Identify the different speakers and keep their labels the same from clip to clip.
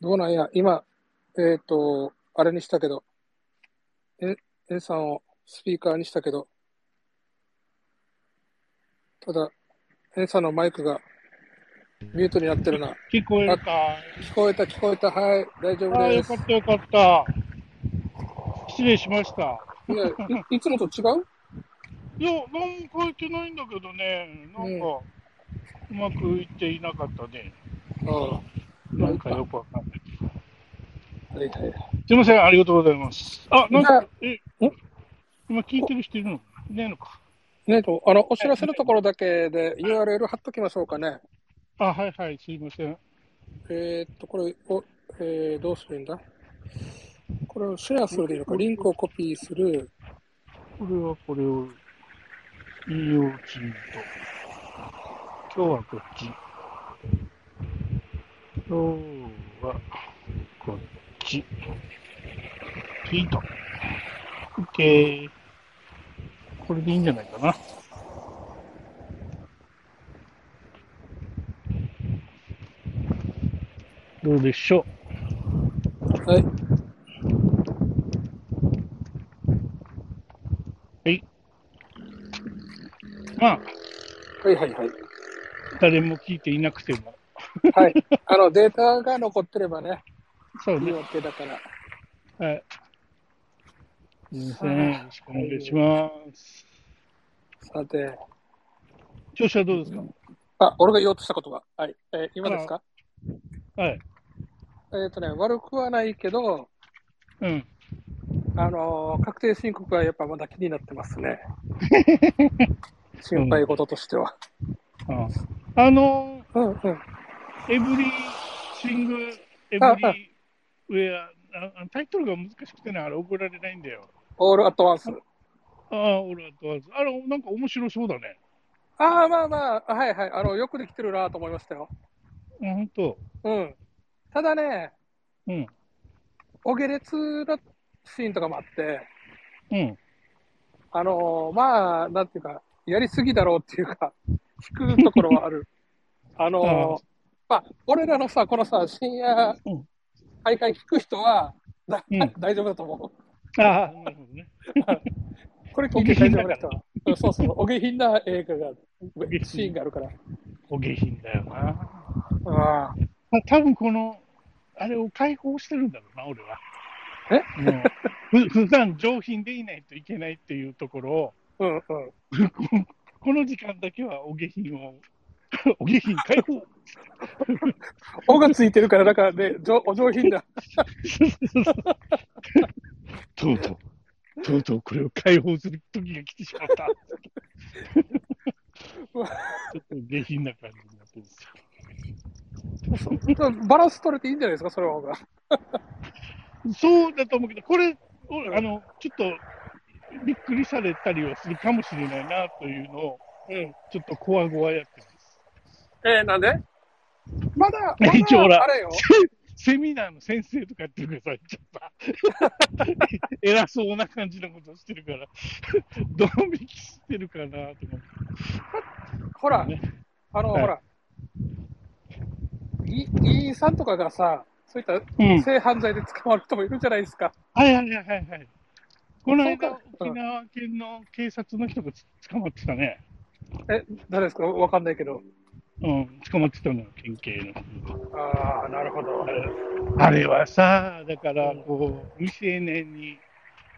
Speaker 1: どうなんや、今、えっ、と、あれにしたけど、え、えさんをスピーカーにしたけど、ただ、えさんのマイクがミュートになってるな。
Speaker 2: 聞こえるか
Speaker 1: 聞こえた、聞こえた、はい、大丈
Speaker 2: あ
Speaker 1: 夫
Speaker 2: あ、
Speaker 1: で
Speaker 2: よ
Speaker 1: す。
Speaker 2: かったよかった。失礼しました。
Speaker 1: いや、いいつもと違う
Speaker 2: いや、何も書いてないんだけどね、なんか、うまくいっていなかったね。
Speaker 1: ああ、
Speaker 2: なんかよくわかんない。
Speaker 1: はいはい。
Speaker 2: すいません、ありがとうございます。あ、なん
Speaker 1: じゃ
Speaker 2: か
Speaker 1: あ、
Speaker 2: え
Speaker 1: ん、
Speaker 2: 今聞いてる人いるのいないのか。
Speaker 1: ねえと、あの、お知らせのところだけで URL 貼っときましょうかね。
Speaker 2: あ、はいはい、すいません。
Speaker 1: えーっと、これを、えーどうするんだこれをシェアするでいいのか、リンクをコピーする。
Speaker 2: これはこれを、引用チート。今日はこっち。今日はこっち。ピート。オッケー。これでいいんじゃないかな。どうでしょ
Speaker 1: はい。
Speaker 2: う。まあ、
Speaker 1: はいはいはい。
Speaker 2: 誰も聞いていなくても。
Speaker 1: はい。あの、データが残ってればね、
Speaker 2: そう
Speaker 1: いい
Speaker 2: ね。
Speaker 1: わけだから。
Speaker 2: はい。すみません。よろしくお願いします。
Speaker 1: さて、
Speaker 2: 調子はどうですか
Speaker 1: あ、俺が言おうとしたことが。はい。えー今ですか
Speaker 2: はい。
Speaker 1: えーっとね、悪くはないけど、
Speaker 2: うん。
Speaker 1: あのー確定申告はやっぱまだ気になってます ね。心配事としては。
Speaker 2: ああの、
Speaker 1: うんうん。
Speaker 2: エブリシング、エブ
Speaker 1: ああ
Speaker 2: リウェア、あタイトルが難しくてね、あれ覚えられないんだよ。
Speaker 1: オールアットワンス。
Speaker 2: ああ、俺は問わず。あれ、なんか面白そうだね。
Speaker 1: ああ、まあまあ、はいはい。あの、よくできてるなと思いましたよ。
Speaker 2: あ、ほんと。
Speaker 1: うん。ただね、
Speaker 2: うん。
Speaker 1: お下劣なシーンとかもあって、
Speaker 2: うん。
Speaker 1: あのーまあ、なんていうか、やりすぎだろうっていうか、引くところはあ る。あのー
Speaker 2: ああ
Speaker 1: まあ、俺らのさ、このさ、深夜
Speaker 2: うん、
Speaker 1: 大会聞く人は、だ
Speaker 2: うん
Speaker 1: 大丈夫だと思う。
Speaker 2: ああ、なるほどね。
Speaker 1: これ聞いて大丈夫な人は。うんそうそう、お下品な映画が、シーンがあるから。
Speaker 2: お下品だよな。
Speaker 1: ああ、
Speaker 2: まあ、多分この、あれを解放してるんだろうな、俺は。えもうふ普段上品でいないといけないっていうところを、
Speaker 1: うんうん。
Speaker 2: この時間だけはお下品を、 お下品解放
Speaker 1: おがついてるから、だからね、じょお上 品だ。
Speaker 2: とうとう、とうとうこれを解放する時が来てしまった。
Speaker 1: うわ
Speaker 2: ちょっと下品な感じになってるんですよ。
Speaker 1: バランス取れていいんじゃないですか、それは。
Speaker 2: そうだと思うけど、これ、俺あの、ちょっと、びっくりされたりはするかもしれないなというのを、
Speaker 1: うん。
Speaker 2: ちょっとこわごわやってます。
Speaker 1: えー、なんでまだ、まだ
Speaker 2: 一応な
Speaker 1: あれよ。
Speaker 2: セミナーの先生とかやってるからさ、ちょっと 偉そうな感じのことしてるから、 ドン引きしてるかなと思
Speaker 1: ほら
Speaker 2: って、ね。
Speaker 1: あの、
Speaker 2: はい
Speaker 1: ほら、議議員さんとかがさ、そういっ
Speaker 2: うん
Speaker 1: た、性犯罪で捕まる人もいるじゃないですか。
Speaker 2: はいはいはいはい。この
Speaker 1: そ
Speaker 2: 間、
Speaker 1: うかうん
Speaker 2: 沖縄県の警察の人がつ捕まってたね。
Speaker 1: え、誰ですかわかんないけど。
Speaker 2: うん、捕まってたのよ、県警の
Speaker 1: ああ、なるほど。
Speaker 2: 人が。あれはさ、だから
Speaker 1: うん
Speaker 2: こう、未成年に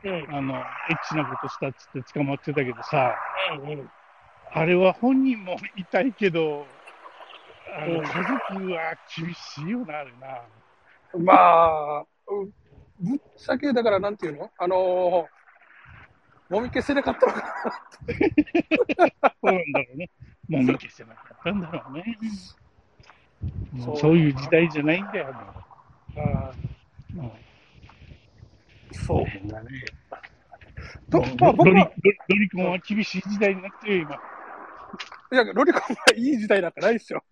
Speaker 1: うん、
Speaker 2: あのエッチなことしたっつって捕まってたけどさ、
Speaker 1: うん、うん。
Speaker 2: あれは本人も痛いけど、あ
Speaker 1: う
Speaker 2: の
Speaker 1: ん
Speaker 2: 家族は厳しいよな、あれな。
Speaker 1: まあ、うぶっちゃけ、だから、なんていうのあのー、もみ消せなかったのか
Speaker 2: そうなんだろうね。もみ消せなかったんだろうね。も う
Speaker 1: そ
Speaker 2: そうういう時代じゃないんだよ、
Speaker 1: な。
Speaker 2: もう。も
Speaker 1: そう
Speaker 2: う。変だね。
Speaker 1: と
Speaker 2: もう、
Speaker 1: まあ、
Speaker 2: ド
Speaker 1: 僕
Speaker 2: リド
Speaker 1: は、
Speaker 2: リドリコンは厳しい時代になってるよ、今。
Speaker 1: いや、ロリコンはいい時代なんかないですよ。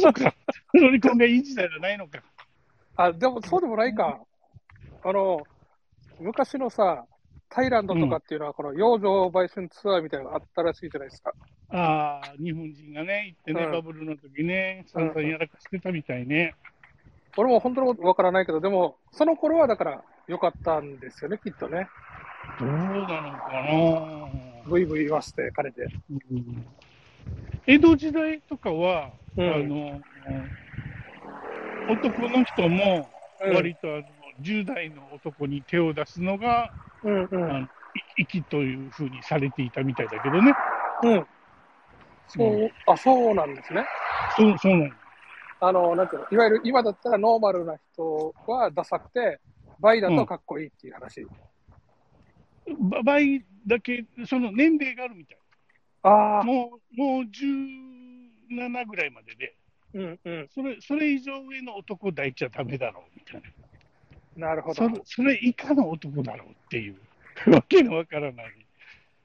Speaker 2: そうか。ドリコンがいい時代じゃないのか。
Speaker 1: あ、でもそうでもないか。あの、昔のさ、タイランドとかっていうのは、この洋上売春ツアーみたいなのがあったらしいじゃないですか。
Speaker 2: ああ、日本人がね、行ってね、
Speaker 1: うん
Speaker 2: バブルの時ね、
Speaker 1: うん
Speaker 2: 散々やらかしてたみたいね。
Speaker 1: 俺も本当のことわからないけど、でも、その頃はだから良かったんですよね、きっとね。
Speaker 2: どうなのかな
Speaker 1: ブイブイ言わせて、彼で。
Speaker 2: うん江戸時代とかは、
Speaker 1: う
Speaker 2: あ
Speaker 1: ん。
Speaker 2: の、男の人も、割とあの、10代の男に手を出すのが、
Speaker 1: うんう
Speaker 2: あ
Speaker 1: ん
Speaker 2: の粋というふうにされていたみたいだけどね。
Speaker 1: うん。そ
Speaker 2: うん
Speaker 1: う、あ、そうなんですね。
Speaker 2: そう、そうなんだ
Speaker 1: あの、なんていうの、いわゆる今だったらノーマルな人はダサくて、倍だとかっこいいっていう話。
Speaker 2: ば倍だけ、その年齢があるみたい。
Speaker 1: ああ、
Speaker 2: もう、もう17ぐらいまでで、
Speaker 1: うんうん。
Speaker 2: それ、それ以上上の男抱いちゃダメだろう、みたいな。
Speaker 1: なるほ
Speaker 2: そ
Speaker 1: ど。
Speaker 2: れそれ以下の男だろうっていう、わけのわからない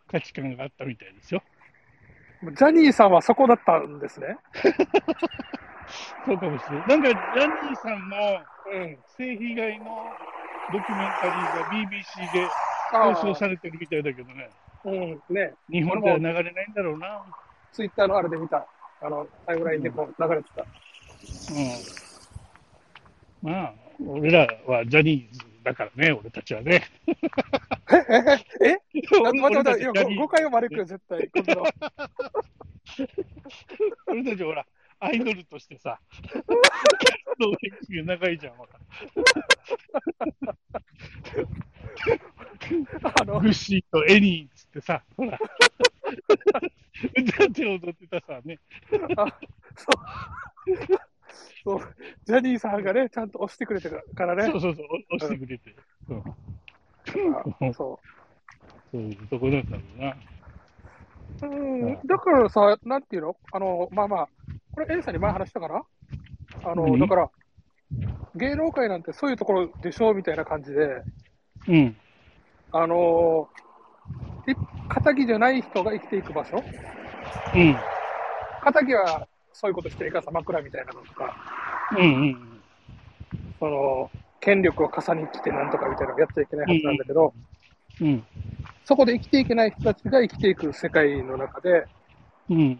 Speaker 2: 価値観があったみたいですよ。
Speaker 1: ジャニーさんはそこだったんですね。
Speaker 2: そうかもしれない。なんか、ジャニーさんの
Speaker 1: うん。
Speaker 2: 性被害のドキュメンタリーが BBC で
Speaker 1: あ
Speaker 2: 放
Speaker 1: あ
Speaker 2: 送されてるみたいだけどね、
Speaker 1: うん。ね、
Speaker 2: 日本では流れないんだろうな。
Speaker 1: ツイッターのあれで見た。あの、タイムラインでこう流れてた。
Speaker 2: うん。まあ、俺らはジャニーズだからね、俺たちはね。
Speaker 1: え え待って待
Speaker 2: 俺
Speaker 1: って
Speaker 2: た
Speaker 1: 待
Speaker 2: ち
Speaker 1: って、
Speaker 2: ジャ
Speaker 1: 今
Speaker 2: ニー
Speaker 1: 誤解を招くよ、絶対。今 度の
Speaker 2: 俺たちほら、アイドルとして さ、活動歴が長いじゃん、ほら
Speaker 1: あの、
Speaker 2: グッシーとエニーっつってさ、ほら、 歌って踊ってたさ、ね、
Speaker 1: そうジャニーさんがね、ちゃんと押してくれてるからね
Speaker 2: そう。そうそう、お押してくれて、うん
Speaker 1: あそ
Speaker 2: そういうとこだったんだな。
Speaker 1: う。うん、だからさ、なんていうのあの、まあまあ、これ、エンさんに前話したかなあの、
Speaker 2: 何
Speaker 1: だから、芸能界なんてそういうところでしょみたいな感じで、
Speaker 2: うん、
Speaker 1: あのい仇じゃない人が生きていく場所
Speaker 2: うん、
Speaker 1: 仇はそういうことしていかさ枕みたいなのとか、
Speaker 2: うん、うん、
Speaker 1: その、権力を傘に来てなんとかみたいなのやっちゃいけないはずなんだけど、
Speaker 2: うん、
Speaker 1: そこで生きていけない人たちが生きていく世界の中で、
Speaker 2: うん、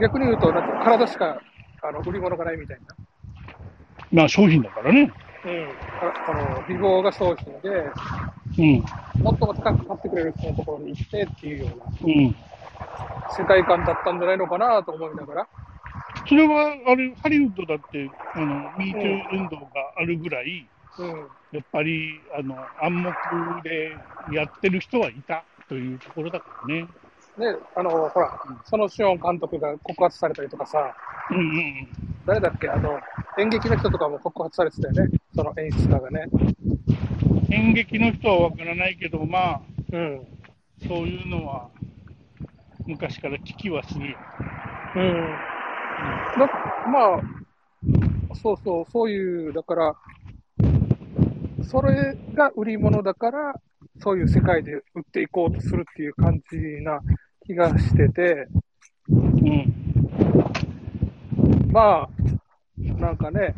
Speaker 1: 逆に言うと、なんか体しかあの売り物がないみたいな。
Speaker 2: まあ商品だからね。
Speaker 1: うん。ああの、美貌が商品で、
Speaker 2: うん、
Speaker 1: もっと高く買ってくれる人のところに行ってっていうよう
Speaker 2: うん。
Speaker 1: な世界観だったんじゃないのかなと思いながら。
Speaker 2: それは、あれ、ハリウッドだって、あの、ミートゥー運動があるぐらい、
Speaker 1: うん。
Speaker 2: やっぱり、あの、暗黙でやってる人はいたというところだからね。
Speaker 1: で、あの、ほら、そのシオン監督が告発されたりとかさ、
Speaker 2: うんうん
Speaker 1: 誰だっけ、あの、演劇の人とかも告発されてたよね。その演出家がね。
Speaker 2: うん。演劇の人はわからないけど、まあ、
Speaker 1: うん。
Speaker 2: そういうのは、昔から聞きはするよ。
Speaker 1: うん。だまあ、そうそう、そういう、だから、それが売り物だから、そういう世界で売っていこうとするっていう感じな気がしてて、
Speaker 2: うん。
Speaker 1: まあ、なんかね、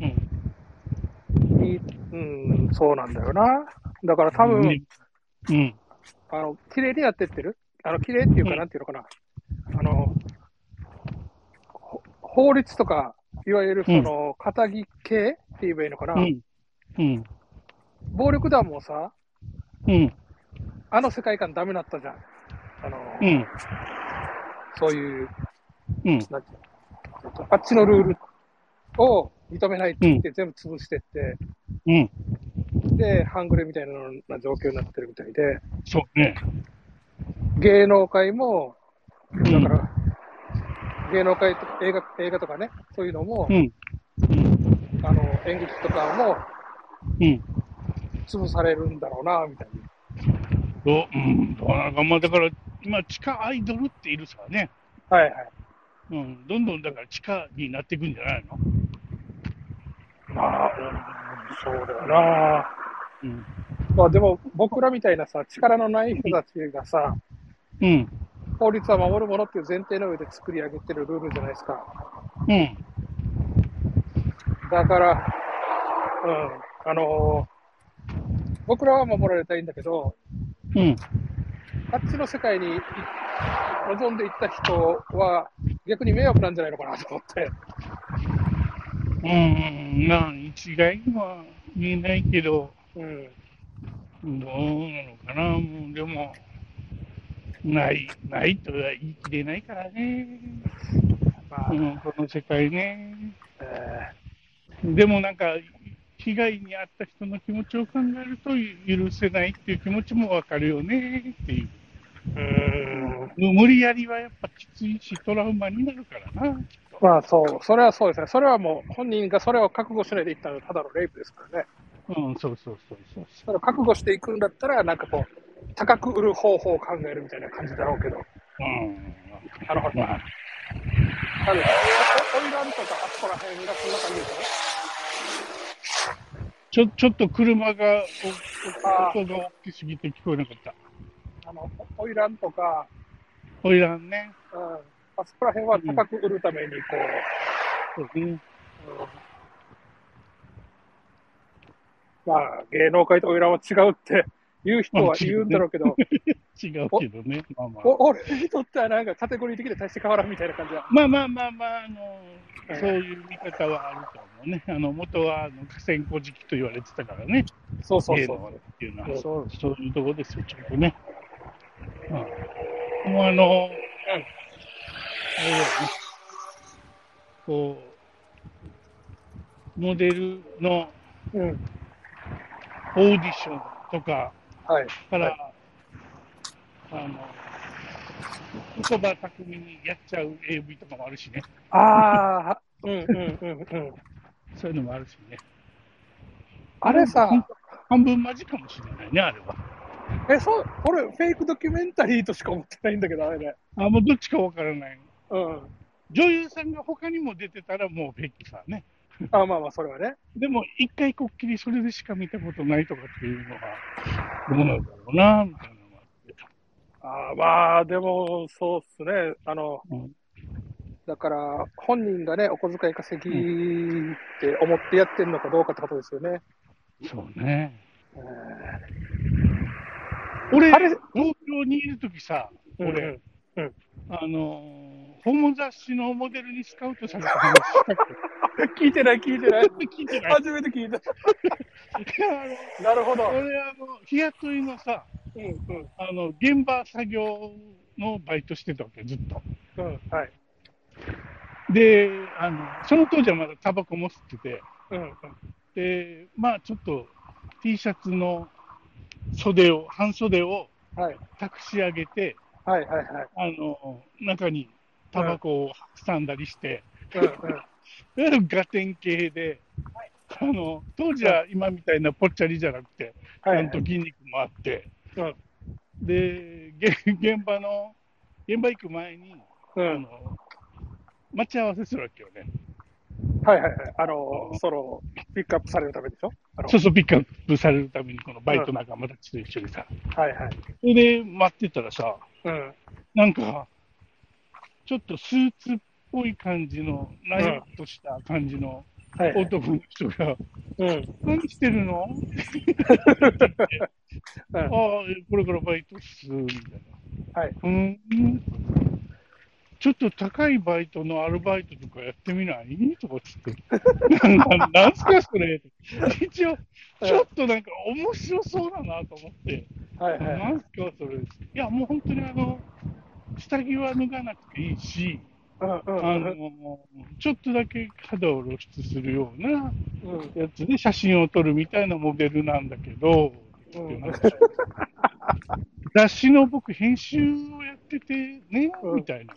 Speaker 2: うん。
Speaker 1: いいうん、そうなんだよな。だから多分、
Speaker 2: うん。
Speaker 1: あの、綺麗にやってってるあの、綺麗っていう
Speaker 2: う
Speaker 1: か、
Speaker 2: ん
Speaker 1: なんていうのかな。あの、ほ法律とか、いわゆるその、仇系って言えばいいのかな。
Speaker 2: うん。うん。
Speaker 1: 暴力団もさ、
Speaker 2: うん。
Speaker 1: あの世界観ダメだったじゃん。あの、
Speaker 2: うん。
Speaker 1: そういう、
Speaker 2: うん。
Speaker 1: なんていうのあっちのルールを認めないって言って全部潰してって、
Speaker 2: うん。
Speaker 1: で、半グレみたいなのな状況になってるみたいで、
Speaker 2: そうね。
Speaker 1: 芸能界も、
Speaker 2: うん
Speaker 1: だから、芸能界とか映画映画とかね、そういうのも、
Speaker 2: うん。うん。
Speaker 1: あの演劇とかも
Speaker 2: うん。
Speaker 1: 潰されるんだろうな、みたいな。
Speaker 2: どう、うん。どうなのか。まあ、だから、今、地下アイドルっているさね。
Speaker 1: はいはい。
Speaker 2: うん。どんどん、だから、地下になっていくんじゃないの
Speaker 1: まあ、うんそうだよな。
Speaker 2: うん。
Speaker 1: まあでも、僕らみたいなさ、力のない人たちがさ、
Speaker 2: うん。
Speaker 1: 法律は守るものっていう前提の上で作り上げてるルールじゃないですか。
Speaker 2: うん。
Speaker 1: だから、うん、あのー僕らは守られたいんだけど、
Speaker 2: うん。
Speaker 1: あっちの世界にい望んでいった人は逆に迷惑なんじゃないのかなと思って。
Speaker 2: うん、まあ、一概には言えないけど、
Speaker 1: うん。
Speaker 2: どうなのかな、もう、でも、ない、ないとは言い切れないからね、
Speaker 1: まあ、
Speaker 2: うん、この世界ね。
Speaker 1: え
Speaker 2: でもなんか、被害に遭った人の気持ちを考えると許せないっていう気持ちもわかるよねっていう。
Speaker 1: ーうん。
Speaker 2: 無理やりはやっぱきついし、トラウマになるからな。
Speaker 1: まあ、そう、それはそうですね。それはもう、本人がそれを覚悟しないでいったら、ただのレイプですからね。
Speaker 2: うん、そうそうそうそう
Speaker 1: だから覚悟していくんだったら、なんかこう、高く売る方法を考えるみたいな感じだろうけど、
Speaker 2: うん。
Speaker 1: なるほど
Speaker 2: まあ、
Speaker 1: あの、オイランとかあそこら辺がこんな感じですよね。
Speaker 2: ちょ、ちょっと車が、
Speaker 1: あ
Speaker 2: おお音が大きすぎて聞こえなかった。
Speaker 1: あの、オイランとか、
Speaker 2: おいらんね。
Speaker 1: うん、あそこら辺は高く売るために、こ
Speaker 2: そ
Speaker 1: う、
Speaker 2: うね。
Speaker 1: うんまあ、芸能界とオイランは違うって言う人は言うんだろうけど、
Speaker 2: 違うけどね。まあまあ。
Speaker 1: お俺にとってはなんかカテゴリー的で大して変わらんみたいな感じだ。
Speaker 2: まあまあまあまあ、あの、
Speaker 1: ええ
Speaker 2: そういう見方はあると思うね。あの、元は、あの、河川古事記と言われてたからね。
Speaker 1: そうそう
Speaker 2: 芸
Speaker 1: そ
Speaker 2: 能
Speaker 1: う。
Speaker 2: っていうの
Speaker 1: う
Speaker 2: は、
Speaker 1: ん
Speaker 2: そうそういうとこですよ、ちょっとね。うん、もうあの、あれだよね、こう、モデルの
Speaker 1: うん。
Speaker 2: オーディションとか
Speaker 1: はい。
Speaker 2: から、あの、言葉巧みにやっちゃう AV とかもあるしね。
Speaker 1: ああ、 うんうんうんうん。
Speaker 2: そういうのもあるしね。
Speaker 1: あれさ、
Speaker 2: 半分マジかもしれないね、あれは。
Speaker 1: え、そう、俺、フェイクドキュメンタリーとしか思ってないんだけど、あれね。
Speaker 2: あ、もうどっちかわからない。
Speaker 1: うん。
Speaker 2: 女優さんが他にも出てたらもうベッキーさんね。
Speaker 1: あまあまあ、それはね。
Speaker 2: でも、一回こっきりそれでしか見たことないとかっていうのは、どうなんだろうな、みたいなのは。
Speaker 1: あーまあ、でも、そうっすね。あの、
Speaker 2: うん
Speaker 1: だから、本人がね、お小遣い稼ぎって思ってやってるのかどうかってことですよね。
Speaker 2: そうね。
Speaker 1: えー
Speaker 2: 俺、
Speaker 1: あれ
Speaker 2: 東京にいるときさ、
Speaker 1: うん
Speaker 2: 俺、
Speaker 1: うん
Speaker 2: あのー、ホモ雑誌のモデルにスカウトされた 話したっ
Speaker 1: 聞いてない、聞いてない
Speaker 2: け。聞いてない。
Speaker 1: 初めて聞いた。なるほど。
Speaker 2: 俺、あの、日雇いのさ、
Speaker 1: うん、うん、
Speaker 2: あの、現場作業のバイトしてたわけ、ずっと。
Speaker 1: うん、はい。
Speaker 2: で、あの、その当時はまだタバコも吸ってて、
Speaker 1: うん、うん、
Speaker 2: で、まあちょっと T シャツの袖を、半袖を
Speaker 1: はい、
Speaker 2: 託し上げて、
Speaker 1: はい、はい、はい。
Speaker 2: あの、中にタバコを挟んだりして、
Speaker 1: うん、うん。
Speaker 2: いわゆるガテン系で、あの、当時は今みたいなぽっちゃりじゃなくて、ち
Speaker 1: は
Speaker 2: ゃ
Speaker 1: い
Speaker 2: んと、筋肉もあって、
Speaker 1: うん
Speaker 2: で、げ現場の、現場行く前に、
Speaker 1: う
Speaker 2: あ
Speaker 1: ん。
Speaker 2: の、待ち合わせするわけよね。
Speaker 1: はい、はい、はい。あの、その、ピックアップされるためでしょあの
Speaker 2: そうそう、ピックアップされるために、このバイト仲間たちと一緒にさ。
Speaker 1: はい、はい。
Speaker 2: それで、待ってたらさ、
Speaker 1: うん。
Speaker 2: なんか、ちょっとスーツっぽい感じの、なよっとした感じの
Speaker 1: はい、はい。
Speaker 2: 男の人が、
Speaker 1: うん。
Speaker 2: 何してるの ああ、これからバイトっす、みたいな。
Speaker 1: はい。
Speaker 2: うん。ちょっと高いバイトのアルバイトとかやってみない とかっつって。なんか、なんすかそれ 一応、ちょっとなんか面白そうだなと思って。
Speaker 1: はい、はい。
Speaker 2: なんすかそれ。いや、もう本当にあの、下着は脱がなくていいし、
Speaker 1: うんう
Speaker 2: あ
Speaker 1: んうん
Speaker 2: の、ちょっとだけ肌を露出するような
Speaker 1: うん
Speaker 2: やつで写真を撮るみたいなモデルなんだけど、
Speaker 1: うん
Speaker 2: っていう話を雑誌の僕編集をやっててね、
Speaker 1: うん
Speaker 2: みたいな。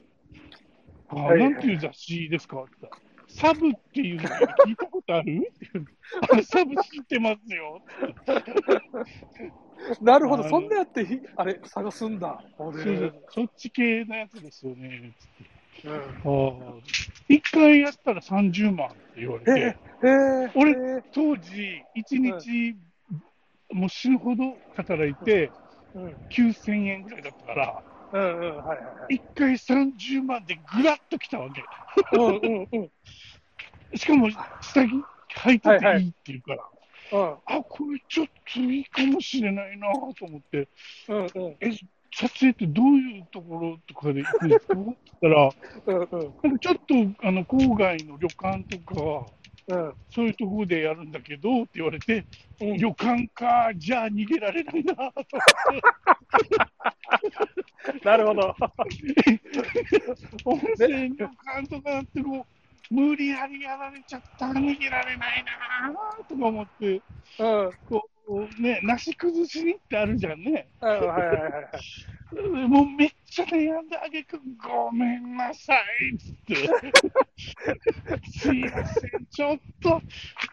Speaker 2: あ、
Speaker 1: はい
Speaker 2: なんていう雑誌ですかって言ったらサブっていうの聞いたことあるって言うあサブ知ってますよ。
Speaker 1: なるほ
Speaker 2: あ
Speaker 1: ど、
Speaker 2: の
Speaker 1: そんなやってひ、あれ、探すんだ。モ
Speaker 2: そう
Speaker 1: デ
Speaker 2: そ
Speaker 1: ル
Speaker 2: うそっち系のやつですよね。つって
Speaker 1: うん
Speaker 2: ああ、一回やったら30万って言われ
Speaker 1: え
Speaker 2: て、
Speaker 1: ええ
Speaker 2: 俺
Speaker 1: え
Speaker 2: 当時、一日、もう死ぬほど働いて、
Speaker 1: うん
Speaker 2: 9000円ぐらいだったから、
Speaker 1: うんうんはいはいはい。
Speaker 2: 一回30万でぐらっときたわ
Speaker 1: うんうんうん
Speaker 2: け。しかも、下着履いてていいっていうから、あ、これちょっといいかもしれないなと思って、
Speaker 1: うんうん
Speaker 2: 撮影ってどういうところとかで行くんですかって言ったら、
Speaker 1: うんうん
Speaker 2: なんかちょっとあの郊外の旅館とか、
Speaker 1: うん。
Speaker 2: そういうところでやるんだけどって言われて、
Speaker 1: うん
Speaker 2: 旅館か、じゃあ逃げられないなと思って、
Speaker 1: なるほど。
Speaker 2: 温泉旅館とかなってこう、無理やりやられちゃった、逃げられないなとか思って、
Speaker 1: うん。うん。
Speaker 2: こうね、なし崩しにってあるじゃんね。
Speaker 1: はいはいはいはい。
Speaker 2: もうめっちゃ悩んであげく、ごめんなさいっつって、すいません、ちょっと、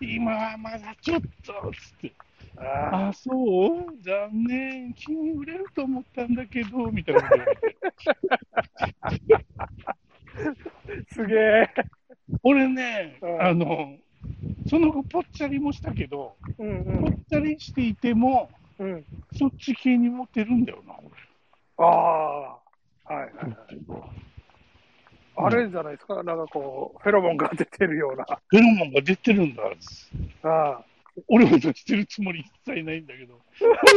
Speaker 2: 今はまだちょっとっつって、
Speaker 1: あ
Speaker 2: あ、そう残念、君売れると思ったんだけど、みたいなこと言われて
Speaker 1: ーすげえ。
Speaker 2: 俺ね
Speaker 1: う、ん
Speaker 2: あの、その後、ぽっちゃりもしたけど、
Speaker 1: うん
Speaker 2: ぽっちゃりしていても、
Speaker 1: うん。うん。
Speaker 2: そっち系にモテるんだよな、
Speaker 1: ああ。はいはいはい。
Speaker 2: 俺。
Speaker 1: あれじゃないですか。なんかこう、フェロモンが出てるような。
Speaker 2: フェロモンが出てるんだ。
Speaker 1: あ
Speaker 2: 俺も出してるつもり一切ないんだけど、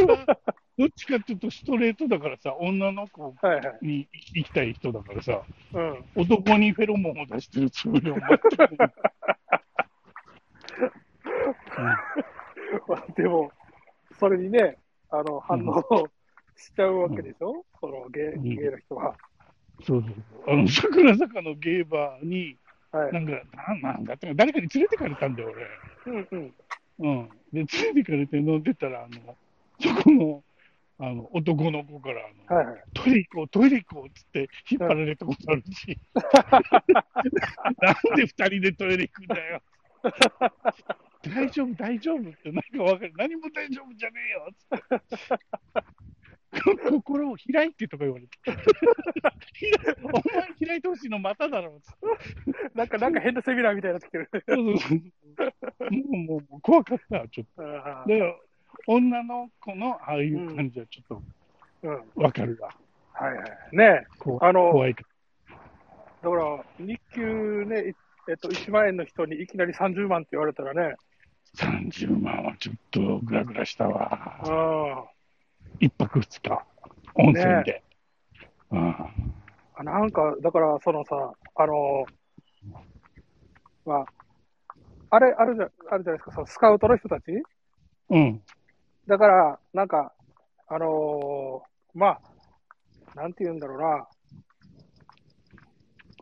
Speaker 2: 俺はどっちかっていうとストレートだからさ、女の子
Speaker 1: あ。はいはい。
Speaker 2: に行きたい人だからさ、
Speaker 1: うん。
Speaker 2: 男にフェロモンを出してるつもりは全くない。
Speaker 1: まあでも、それにね、あの、反応しちゃうわけでしょ、そのゲ
Speaker 2: うん
Speaker 1: イ、ゲイの人は。
Speaker 2: そうそうそうあの桜坂のゲーバーに、
Speaker 1: はい。
Speaker 2: なんか、なんなんだって、誰かに連れてかれたんだよ、俺。
Speaker 1: うんうん。
Speaker 2: うん。で、連れてかれて飲んでたら、あの、そこの、あの、男の子から、あの、
Speaker 1: はいはい。
Speaker 2: トイレ行こう、トイレ行こうっつって引っ張られたことあるし、なんで二人でトイレ行くんだよ。大丈夫、大丈夫って、なんかわかる、何も大丈夫じゃねえよっつって。心を開いてとか言われて、開いお前開いてほしいのまただろうっつって
Speaker 1: なんか、なんか変なセミナーみたいになってきてる。
Speaker 2: そうそうそうもうもう怖かった、ちょっ
Speaker 1: あ
Speaker 2: と。だから女の子のああいう感じはちょっ
Speaker 1: ーうん。はい
Speaker 2: とわかるわ、
Speaker 1: はい。ねえ
Speaker 2: こ
Speaker 1: あの、
Speaker 2: 怖いか
Speaker 1: だから、日給ね、いえっと、1万円の人にいきなり30万って言われたらね、
Speaker 2: ら。30万はちょっとグラグラしたわ。
Speaker 1: あ
Speaker 2: 一泊二日、温泉で。うん
Speaker 1: あ、なんか、だから、そのさ、あの、まあ、あれ、あるじゃ、あるじゃないですか、そのスカウトの人たち
Speaker 2: うん。
Speaker 1: だから、なんか、あのーまあ、なんて言うんだろうな、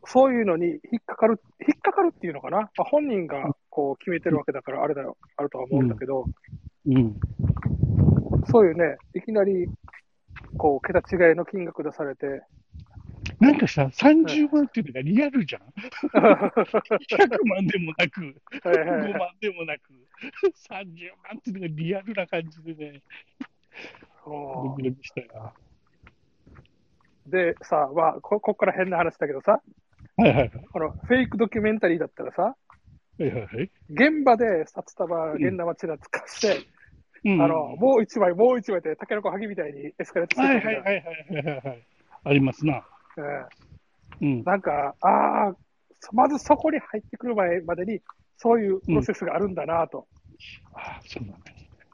Speaker 1: そういうのに引っかかる、引っかかるっていうのかな、まあ、本人がこう決めてるわけだから、あれだよ、あるとは思うんだけど、
Speaker 2: うん。
Speaker 1: そういうね、いきなり、こう、桁違いの金額出されて、
Speaker 2: なんかさ、30万っていうのがリアルじゃん。100万でもなく、
Speaker 1: はい
Speaker 2: 5
Speaker 1: はいはい
Speaker 2: 万でもなく、30万っていうのがリアルな感じでね、ドキドキしたよ。
Speaker 1: でさ、まあこ、こっから変な話だけどさ、
Speaker 2: はいはい
Speaker 1: このフェイクドキュメンタリーだったらさ、
Speaker 2: はい。はいはいはい。
Speaker 1: 現場で札束、現生ちらつかして、
Speaker 2: うん
Speaker 1: あの、もう一枚、もう一枚って、タケノコハギみたいにエスカレートして
Speaker 2: はい
Speaker 1: く
Speaker 2: は
Speaker 1: み
Speaker 2: い
Speaker 1: た
Speaker 2: はいい
Speaker 1: な
Speaker 2: はいはいはいはい。ありますな。
Speaker 1: うん
Speaker 2: うん。
Speaker 1: なんか、ああ、そまずそこに入ってくる前までに、そういうプロセスがあるんだなと。
Speaker 2: あそうなんだ。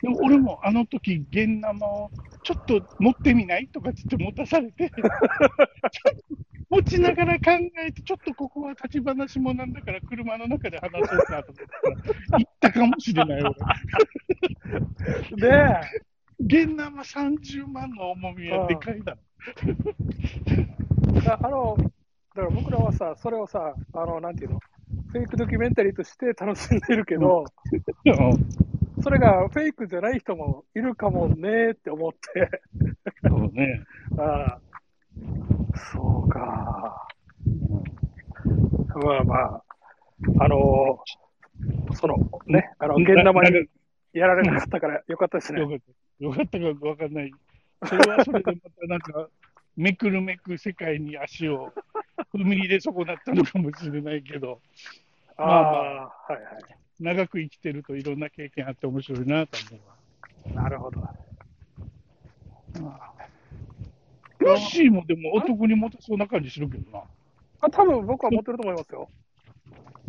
Speaker 2: でも俺もあの時、現生をちょっと持ってみないとかって言って持たされて、 ちょっと持ちながら考えて、ちょっとここは立ち話もなんだから車の中で話そうかと思って行ったかもしれない
Speaker 1: で、
Speaker 2: 俺。現生30万の重みはでかいだろ。
Speaker 1: ああの、だから僕らはさ、それをさ、あの、なんていうの、フェイクドキュメンタリーとして楽しんでるけど、
Speaker 2: うん
Speaker 1: それがフェイクじゃない人もいるかもねーって思って、
Speaker 2: そうね。
Speaker 1: ああ、そうか。まあまあ、あのそのね、あの、現生にやられなかったからよかったですね
Speaker 2: よ。かった。よかったかわかんない。それはそれでまたなんか、めくるめく世界に足を踏み入れ損なったのかもしれないけど。
Speaker 1: あ
Speaker 2: まあまあ
Speaker 1: あ、はいは
Speaker 2: 長く生きてるといろんな経験あって面白いなと思
Speaker 1: い。なるほど。
Speaker 2: うわ。ヨッシーもでも男にモテそうな感じするけどな。
Speaker 1: あ、多分僕は持ってると思いますよ。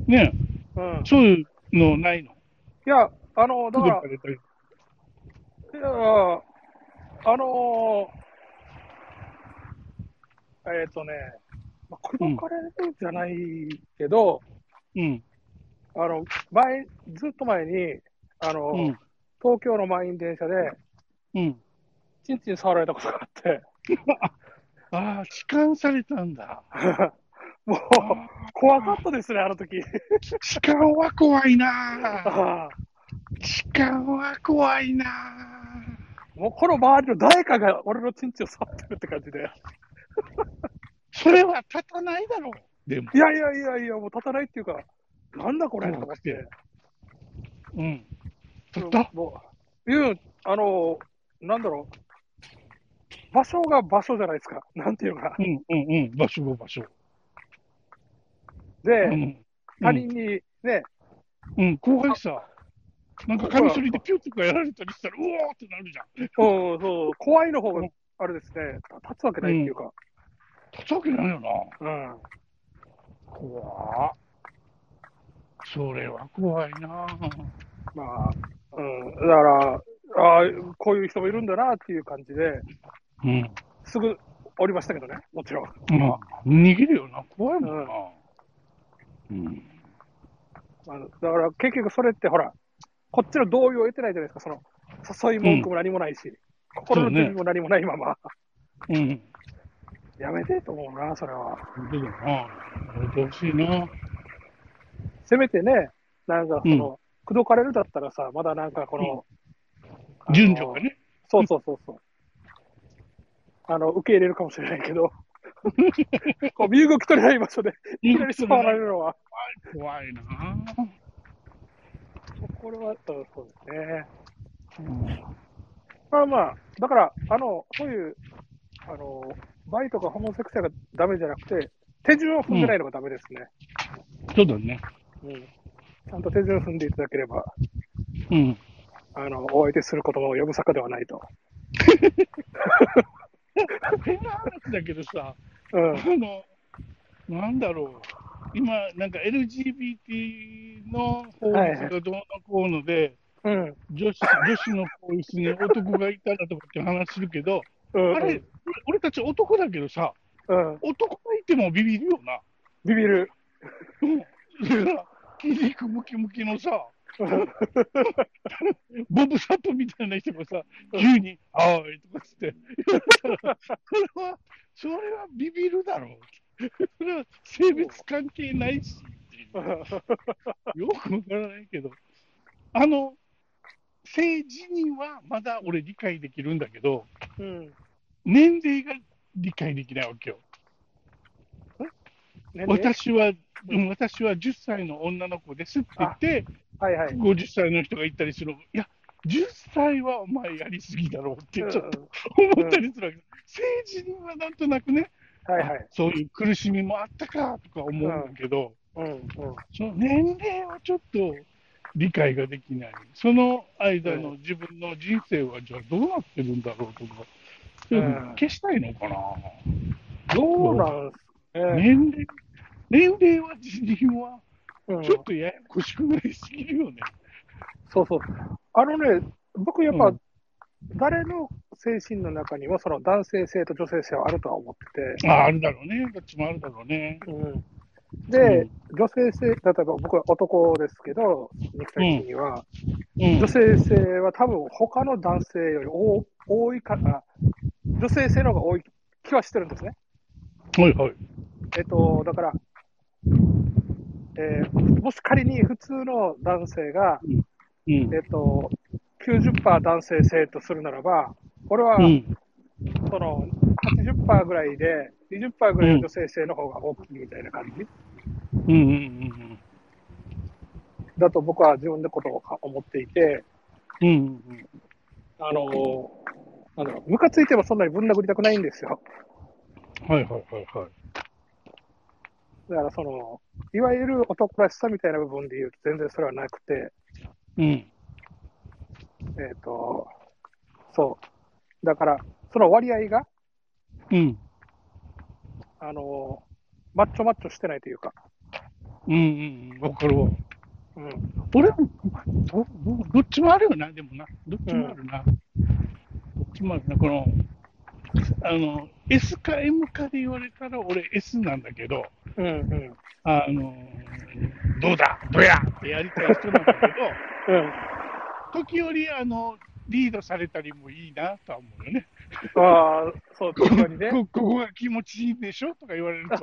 Speaker 2: ね
Speaker 1: うん
Speaker 2: え、。そういうのないの
Speaker 1: いや、あの、だから
Speaker 2: 口説か、れたり
Speaker 1: いやあのーえっ、とね、まあ、口説かれるじゃないけど、
Speaker 2: うん。
Speaker 1: あの、前、ずっと前に、あの、
Speaker 2: うん。
Speaker 1: 東京の満員電車で、
Speaker 2: うん。
Speaker 1: ちんちん触られたことがあって、
Speaker 2: ああ、痴漢されたんだ。
Speaker 1: もう、怖かったですね、あの時。
Speaker 2: 痴漢は怖いなあ。
Speaker 1: ああ
Speaker 2: 痴漢は怖いなあ。
Speaker 1: もうこの周りの誰かが俺のちんちんを触ってるって感じで。
Speaker 2: それは立たないだろう。でも。
Speaker 1: いやいやいやいや、もう立たないっていうか、なんだこれとかって。
Speaker 2: うん。立った
Speaker 1: もう、いう、あの、なんだろう。場所が場所じゃないですか。なんていうのか。
Speaker 2: うんうんうん。場所が場所。
Speaker 1: で、
Speaker 2: うん。
Speaker 1: 他人にね、
Speaker 2: うん、後輩さ、なんかカミソリでピュッとかやられたりしたら、うおーってなるじゃん。
Speaker 1: うん、そう、怖いの方が、あれですね、立つわけないっていうか。
Speaker 2: 立つわけないよな。
Speaker 1: うん。
Speaker 2: 怖それは怖いな
Speaker 1: まあ、うん。だから、ああ、こういう人もいるんだなっていう感じで、
Speaker 2: うん。
Speaker 1: すぐ降りましたけどね、もちろん。
Speaker 2: まあ、逃げるよな。怖いもんな。うん。
Speaker 1: あのだから、結局それってほら、こっちの同意を得てないじゃないですか、その、誘い文句も何もないし、心の準備も何もないまま、
Speaker 2: うん。
Speaker 1: やめてと思うな、それは。
Speaker 2: 本当だな。やめてほしいな。
Speaker 1: せめてね、なんかその、口説かれるだったらさ、まだなんかこの、あの
Speaker 2: 順序がね。
Speaker 1: そうそうそうそう。あの、受け入れるかもしれないけど、 こう身動き取れない場所で、いきなり触られるのは、
Speaker 2: 怖いな。
Speaker 1: これは、うんそうですね。
Speaker 2: うん
Speaker 1: まあまあ、だから、あの、そういう、あの、バイとかホモセクシャルがダメじゃなくて、手順を踏んでないのがダメですね。
Speaker 2: そうだね。
Speaker 1: うんちゃんと手順を踏んでいただければ、
Speaker 2: うん。
Speaker 1: あの、お相手することもやぶさかではないと。
Speaker 2: 変な話だけどさ、
Speaker 1: うん。
Speaker 2: あの、 なんだろう、今、なんか LGBT の法律がどうのこうので、
Speaker 1: うん。
Speaker 2: 女子女子の法律に男がいたらとかって話するけど、
Speaker 1: うん。
Speaker 2: あれ、俺俺たち男だけどさ、
Speaker 1: うん。
Speaker 2: 男がいてもビビるよな。
Speaker 1: ビビる。
Speaker 2: だから筋肉ムキムキのさ、
Speaker 1: うん
Speaker 2: ボブサップみたいな人がさ、急に、あーいとかつって、言ったらそれは、それはビビるだろう。それは性別関係ないし。よくわからないけど、あの、性自認はまだ俺理解できるんだけど、
Speaker 1: うん。
Speaker 2: 年齢が理解できないわけよ。
Speaker 1: ね
Speaker 2: 私は、うん私は10歳の女の子ですって言って、
Speaker 1: はいはい。
Speaker 2: 50歳の人が言ったりする。いや、10歳はお前やりすぎだろうってちょっと
Speaker 1: は
Speaker 2: 思ったりするわけ。性自認はなんとなくね、
Speaker 1: いはい。
Speaker 2: そういう苦しみもあったかとか思うんだけど、
Speaker 1: うんうん。
Speaker 2: その年齢はちょっと理解ができない、その間の自分の人生はじゃあどうなってるんだろうとか、そういうの消したいのかな、
Speaker 1: どうなんすかね。
Speaker 2: 年齢年齢は自認は
Speaker 1: うん
Speaker 2: ちょっとややこしくなりすぎるよね。
Speaker 1: そうそう。あのね、僕やっ
Speaker 2: う
Speaker 1: ぱ
Speaker 2: ん、
Speaker 1: 誰の精神の中にもその男性性と女性性はあるとは思って
Speaker 2: ああるだろうね、どっちもあるだろうね。
Speaker 1: て、で、女性性、例えば僕は男ですけど、肉体的には、
Speaker 2: うん、
Speaker 1: 女性性は多分他の男性より多多いから、女性性の方が多い気はしてるんですね。
Speaker 2: はいはい。
Speaker 1: えっと、だから、えーもし仮に普通の男性が、
Speaker 2: うん
Speaker 1: えっと、90%男性性とするならば、俺は
Speaker 2: うん、
Speaker 1: その80%ぐらいで、20%ぐらいの女性性の方が大きいみたいな感じ
Speaker 2: うん、うん、うん
Speaker 1: だと僕は自分のことを思っていて、
Speaker 2: うん、うん、
Speaker 1: あのなんだろう、ムカついてもそんなにぶん殴りたくないんですよ。
Speaker 2: はいはいはいはい。
Speaker 1: だからその、いわゆる男らしさみたいな部分で言うと全然それはなくて、
Speaker 2: うん、
Speaker 1: えっ、と、そう。だから、その割合が、
Speaker 2: うん、
Speaker 1: あのーマッチョマッチョしてないというか、
Speaker 2: うん、うん、わかるわ。
Speaker 1: うん。
Speaker 2: 俺も、まあどどどっちもあるよな、でもな、どっちもあるな、どっちもあるな、この、あの、S か M かで言われたら、俺 S なんだけど、
Speaker 1: うん、うん。
Speaker 2: あの、どうだ、どやってやりたい人なんだけど、
Speaker 1: うん。
Speaker 2: 時折、あの、リードされたりもいいなとは思うよね。
Speaker 1: ああ、そう、確かにね。
Speaker 2: こ ここが気持ちいいんでしょとか言われると、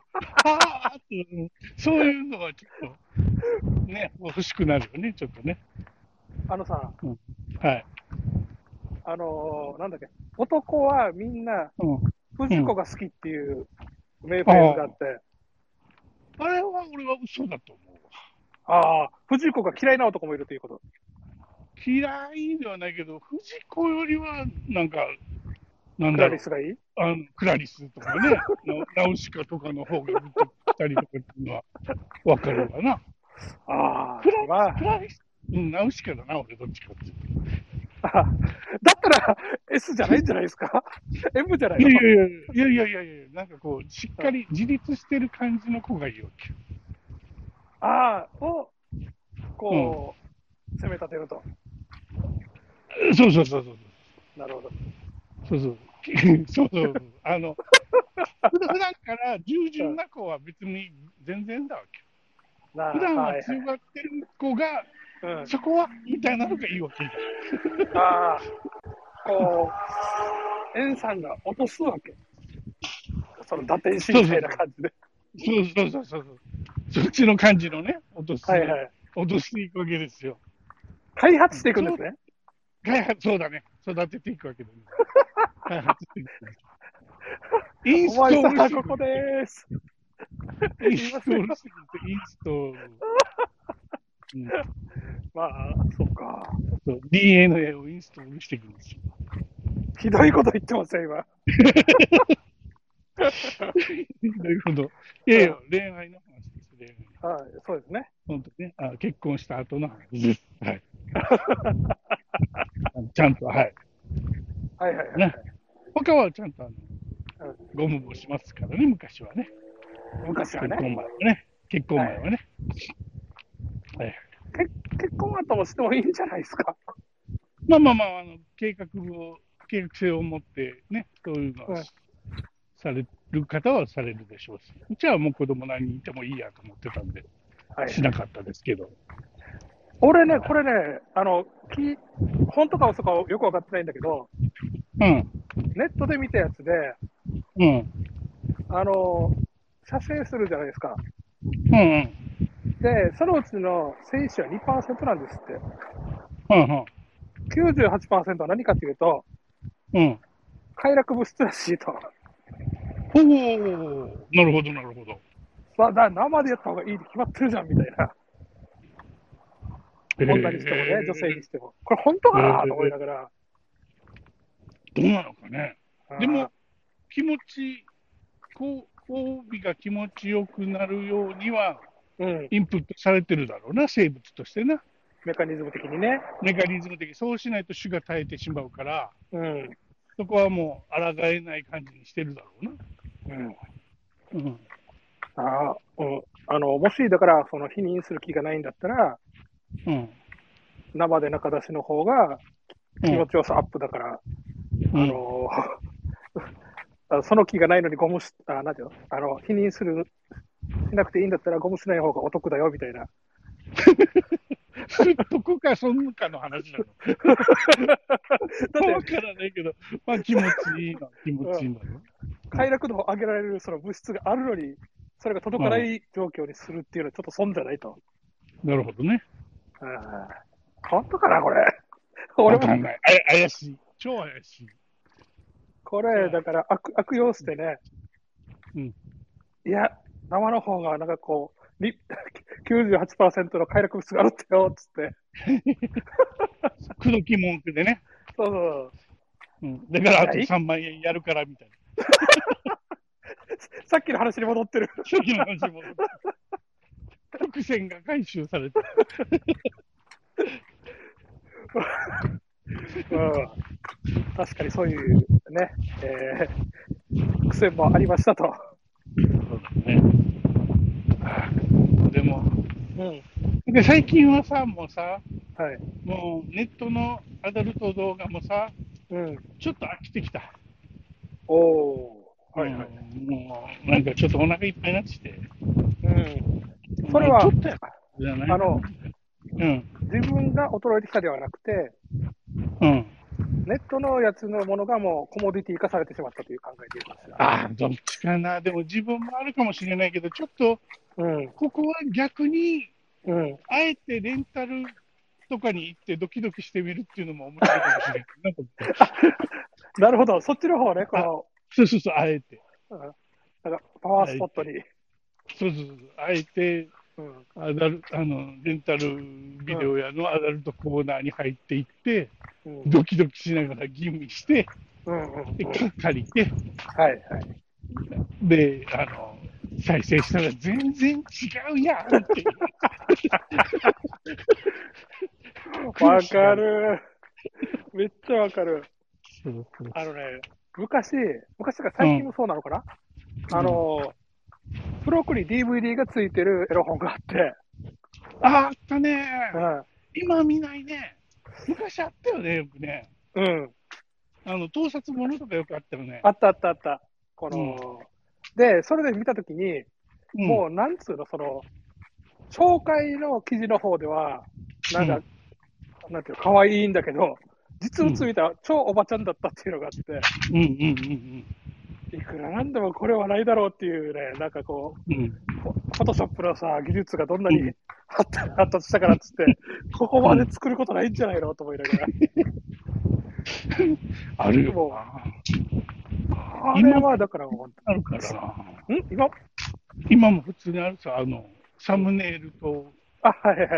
Speaker 2: ああって、そういうのがちょっと、ね、欲しくなるよね、ちょっとね。
Speaker 1: あのさ、
Speaker 2: はい。
Speaker 1: あのーなんだっけ、男はみんな、
Speaker 2: うん、
Speaker 1: 藤子が好きっていう名フレーズがあって、
Speaker 2: あれは俺は嘘だと思うわ。
Speaker 1: ああ、藤子が嫌いな男もいるということ。
Speaker 2: 嫌いではないけど、藤子よりは、なんか、なん
Speaker 1: クラ
Speaker 2: だろう
Speaker 1: リ、スがいい
Speaker 2: あのクラリスとかね、 なナウシカとかの方が見てきたりとかっていうのは分かるわな。
Speaker 1: あ
Speaker 2: クラリス、
Speaker 1: まあ
Speaker 2: クラリス、うん、ナウシカだな、俺、どっちかっていう
Speaker 1: ああだったら S じゃないんじゃないですか ?M じゃない
Speaker 2: と。
Speaker 1: の
Speaker 2: いやいやいやいやいやいや、なんかこう、しっかり自立してる感じの子がいいわけよ。
Speaker 1: ああ、を、こう、攻め立てると。
Speaker 2: そうそうそうそう。
Speaker 1: なるほど。
Speaker 2: そうそう。そうそうそう。あの、普段から従順な子は別に全然だわけよ。
Speaker 1: な
Speaker 2: 普段
Speaker 1: い
Speaker 2: はい強がってる子が、
Speaker 1: うん
Speaker 2: そこはみたいなのがいいわけだ。
Speaker 1: ああ、こう、エンさんが落とすわけ。その打点師みたいな感じ で。
Speaker 2: そうそうそうそうそう。そっちの感じのね、落とす、
Speaker 1: はいはい。
Speaker 2: 落としていくわけですよ。
Speaker 1: 開発していくんですね。
Speaker 2: 開発、そうだね。育てていくわけだ ね。開発していく。イン
Speaker 1: お
Speaker 2: スト
Speaker 1: 前
Speaker 2: ール
Speaker 1: さ
Speaker 2: し
Speaker 1: ん、
Speaker 2: てい
Speaker 1: こ
Speaker 2: く
Speaker 1: こでーす。
Speaker 2: インストールしていく。インストール。うん、
Speaker 1: まあ、そうか。
Speaker 2: そう DNA をインストールしていくんですよ。
Speaker 1: ひどいこと言ってますよ、今。
Speaker 2: なるほど。いやいや、恋愛の話です。恋愛。
Speaker 1: はい、そうですね。
Speaker 2: 本当ね、あ結婚した後の話です。はい。 あのちゃんと、はい。
Speaker 1: はいはいはい。
Speaker 2: ね他はちゃんとあの、
Speaker 1: うん
Speaker 2: ゴムもしますからね、昔はね。
Speaker 1: 昔はね。
Speaker 2: 結婚前はね。結婚前はね。
Speaker 1: 結婚後もしてもいいんじゃないですか。
Speaker 2: まあまあまあ、あの計画を、計画性を持ってね、そういうの
Speaker 1: は
Speaker 2: はいされる方はされるでしょうし、うちはもう子供何人いてもいいやと思ってたんで、
Speaker 1: はい。
Speaker 2: しなかったですけど。
Speaker 1: 俺ね、これね、あの、き本当か嘘かよくわかってないんだけど、
Speaker 2: うん、
Speaker 1: ネットで見たやつで、
Speaker 2: うん、
Speaker 1: あの、射精するじゃないですか。
Speaker 2: うん、うん、
Speaker 1: で、そのうちの精子は2%なんですって。
Speaker 2: うん、
Speaker 1: 98%は何かというと、
Speaker 2: うん。
Speaker 1: 快楽物質らしいと。
Speaker 2: おおなるほど、なるほど。
Speaker 1: まあ、だ生でやった方がいいって決まってるじゃんみたいな。女にしてもね、女性にしても。これ本当かなと思いながら。
Speaker 2: どうなのかね。
Speaker 1: うん
Speaker 2: でも、気持ち、こう、交尾が気持ちよくなるようには、
Speaker 1: うん、
Speaker 2: インプットされてるだろうな、生物としてな。
Speaker 1: メカニズム的にね。
Speaker 2: メカニズム的に、そうしないと種が耐えてしまうから、
Speaker 1: うん。
Speaker 2: そこはもう、抗えない感じにしてるだろうな。
Speaker 1: うん、
Speaker 2: うん。
Speaker 1: ああ、うん。あの、もし、だから、その、否認する気がないんだったら、
Speaker 2: うん。
Speaker 1: 生で中出しの方が気持
Speaker 2: う
Speaker 1: ちよさアップだから、
Speaker 2: ん
Speaker 1: あのあの、 その気がないのにゴムし、あ、なんていうのあの、否認する、しなくていいんだったらゴムしない方がお得だよ、みたいな。
Speaker 2: すっとこか、そんかの話 なの。
Speaker 1: だっ
Speaker 2: わからないけど、まあ気持ちいいの、気持ちいいの。
Speaker 1: 快楽度を上げられるその物質があるのに、それが届かない状況にするっていうのはちょっと損じゃないと。
Speaker 2: なるほどね。
Speaker 1: うん、本当かな、これ。 俺
Speaker 2: わかん
Speaker 1: も、
Speaker 2: ない。あや怪しい。超怪しい。
Speaker 1: これ、だから悪悪用してね、
Speaker 2: うん
Speaker 1: いや、生の方がなんかこう、 に98%の快楽物質があるってよ、つって。
Speaker 2: 口説き文句でね。
Speaker 1: そうそう。
Speaker 2: うん、だからあと
Speaker 1: はい
Speaker 2: 3万円やるからみたいな。
Speaker 1: さっきの話に戻ってる。
Speaker 2: 初期 の話も。伏線が回収されて。
Speaker 1: うん、確かにそういうね、えー、癖もありましたと。
Speaker 2: そうだね。でも、
Speaker 1: うん。
Speaker 2: で最近はさ、もうさ、
Speaker 1: はい。
Speaker 2: もうネットのアダルト動画もさ、
Speaker 1: うん。
Speaker 2: ちょっと飽きてきた。
Speaker 1: おお。はいはい。
Speaker 2: うんもうなんかちょっとお腹いっぱいになってきて。
Speaker 1: うん。それは
Speaker 2: ちょっとやじゃない
Speaker 1: あの、
Speaker 2: うん、
Speaker 1: 自分が衰えてきたではなくて、
Speaker 2: うん。
Speaker 1: ネットのやつのものがもうコモディティ化されてしまったという考えでいます。
Speaker 2: ああ、どっちかな。でも自分もあるかもしれないけど、ちょっと、
Speaker 1: うん、
Speaker 2: ここは逆に、
Speaker 1: うん。
Speaker 2: あえてレンタルとかに行ってドキドキしてみるっていうのも面白いかもしれないなと思って。
Speaker 1: なるほど、そっちの方ね、この、
Speaker 2: そうそうそう、あえて。
Speaker 1: なんかパワースポットに。
Speaker 2: そうそうそう、あえて、
Speaker 1: うん、
Speaker 2: アダルあのレンタルビデオ屋のアダルトコーナーに入っていって、
Speaker 1: うん、うん、
Speaker 2: ドキドキしながら吟味して、
Speaker 1: うんうん。
Speaker 2: で借りて、
Speaker 1: はい、はい。
Speaker 2: で、あの、再生したら全然違うやんっていう。
Speaker 1: わかる。めっちゃわかる。
Speaker 2: そうそう
Speaker 1: あのね、昔、昔とか最近もそうなのかな、あの、付録に DVD がついてるエロ本があって、
Speaker 2: ああったね。
Speaker 1: う
Speaker 2: 今見ないね。昔あったよね、よくね。
Speaker 1: ん。うん。
Speaker 2: あの、盗撮ものとかよくあったよね。
Speaker 1: あったあったあった。この、で、それで見たときに、
Speaker 2: うん
Speaker 1: もうなんつうの、その、紹介の記事の方では、なんか、なんていうの、可愛いんだけど、実物見たら超おばちゃんだったっていうのがあっ
Speaker 2: うんうんうん
Speaker 1: て、いくらなんでもこれはないだろうっていうね、なんかこう、
Speaker 2: うん。うん
Speaker 1: フォトショップのさ、技術がどんな
Speaker 2: う
Speaker 1: に発達発達したからっつって、 ここまで作ることないんじゃないのと思いながら。
Speaker 2: あるよ
Speaker 1: もう
Speaker 2: な。
Speaker 1: あれはだから、ん
Speaker 2: あるからな。
Speaker 1: 今
Speaker 2: 今も普通にあるさ、あの、サムネイルと
Speaker 1: あ、はいはい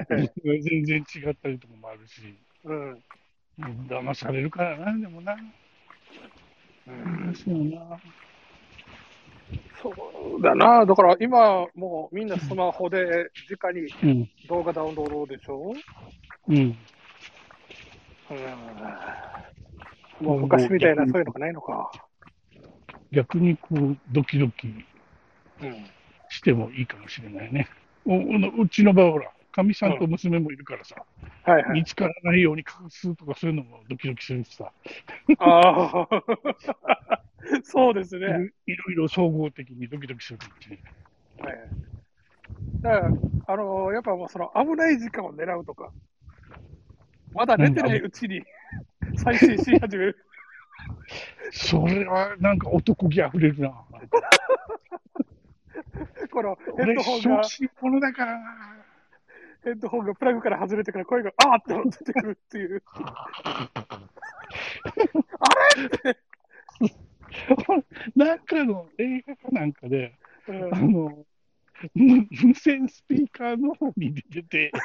Speaker 1: はい。
Speaker 2: 全然違ったりとかもあるし、
Speaker 1: うん。
Speaker 2: 騙されるからな、でもな。そうな。
Speaker 1: そうだな。だから今、もうみんなスマホで直に
Speaker 2: うん。
Speaker 1: 動画ダウンロードでしょ
Speaker 2: うん。
Speaker 1: もう昔みたいなそういうのがないのか。
Speaker 2: 逆にこう、ドキドキ
Speaker 1: うん。
Speaker 2: してもいいかもしれないね。おおのうちの場合、ほら、かみさんと娘もいるからさ、
Speaker 1: はいはい
Speaker 2: 見。つからないように隠すとかそういうのもドキドキするしさ、
Speaker 1: ああ。 そうです
Speaker 2: い
Speaker 1: ね。
Speaker 2: ろいろいろ総合的にドキドキするかもしれない。
Speaker 1: はい。だから、あのーやっぱもうその危ない時間を狙うとか、まだ寝てないうちに再生し始める。
Speaker 2: それはなんか男気あふれるな。
Speaker 1: このヘッ
Speaker 2: 俺、
Speaker 1: ドホンが
Speaker 2: 小、心者だからな。
Speaker 1: ヘッドホンがプラグから外れてから声が、あーって出てくるっていう。
Speaker 2: なんかの映画かなんかで、
Speaker 1: うん
Speaker 2: あの、無無線スピーカーの方に出てて、こ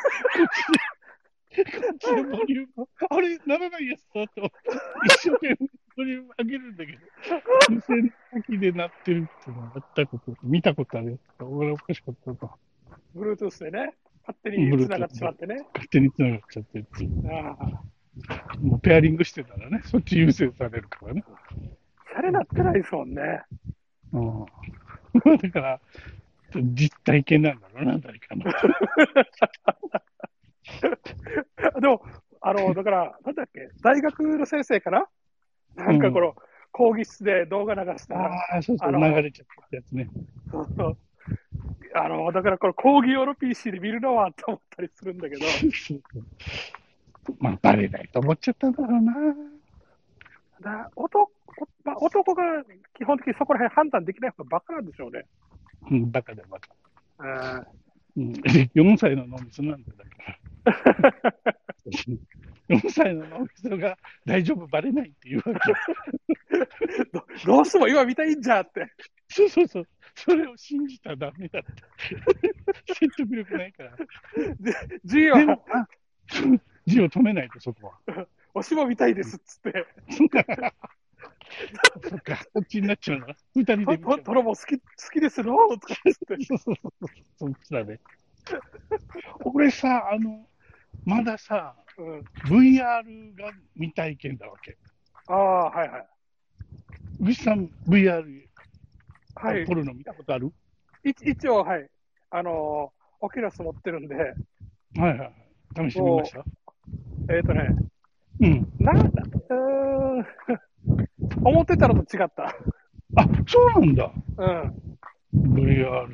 Speaker 2: っちのこっちのボリューム、あれ、ならないやつだと、一生懸命ボリューム上げるんだけど、無線の先で鳴ってるっていうのがあったこと、見たことあるやつが俺おかしかったと、
Speaker 1: Bluetooth でね、勝手に繋がってしまってね。
Speaker 2: 勝手に繋がっちゃってっていう。
Speaker 1: ああ。
Speaker 2: もうペアリングしてたらね、そっち優先されるからね。
Speaker 1: シャレなってないですもんね。
Speaker 2: うん。 だから、実体験なんだろうな、誰かの。
Speaker 1: でも、あの、だから、なんだっけ、大学の先生かななんかこの、講義室で動画流したら、
Speaker 2: ああ、そうそ
Speaker 1: あ
Speaker 2: う、
Speaker 1: の
Speaker 2: 流れちゃったやつね。
Speaker 1: そうそう。 あの、だからこれ、講義用の PC で見るのはと思ったりするんだけど、
Speaker 2: まあ、バレないと思っちゃったんだろうな。
Speaker 1: だ男まあ、男が基本的にそこら辺判断できない方がバカなんでしょうね。
Speaker 2: うん、バカだ、バカ。
Speaker 1: うん
Speaker 2: うん、4歳 の脳みそなんだだから。4歳の脳みそが大丈夫、バレないっていう わけ。
Speaker 1: ど どうしても今見たいんじゃって。
Speaker 2: そうそうそう。それを信じたらダメだって。説得力ないから。
Speaker 1: G
Speaker 2: で
Speaker 1: は
Speaker 2: も、あ字を止めないと、そこは。
Speaker 1: 推しも見たいですっつって、
Speaker 2: そっか、こっちになっちゃうな。二人で見
Speaker 1: と
Speaker 2: ちゃう
Speaker 1: とトロも好き好きですのとかっつって。
Speaker 2: そうそうそう そう、そっちだね。俺さ、あの、まださ、
Speaker 1: うん、
Speaker 2: VR が未体験だわけ。
Speaker 1: ああ、はいはい。
Speaker 2: ぐしさん、VR、
Speaker 1: はい
Speaker 2: 撮、るの見たことある
Speaker 1: 一一応、はい。あのー、オキュラス持ってるんで、
Speaker 2: はいはいはい。試してみました
Speaker 1: えっ、とね、
Speaker 2: うん。
Speaker 1: な、うーん、 思ってたのと違った。
Speaker 2: あ、そうなんだ。
Speaker 1: うん。
Speaker 2: VR。
Speaker 1: うん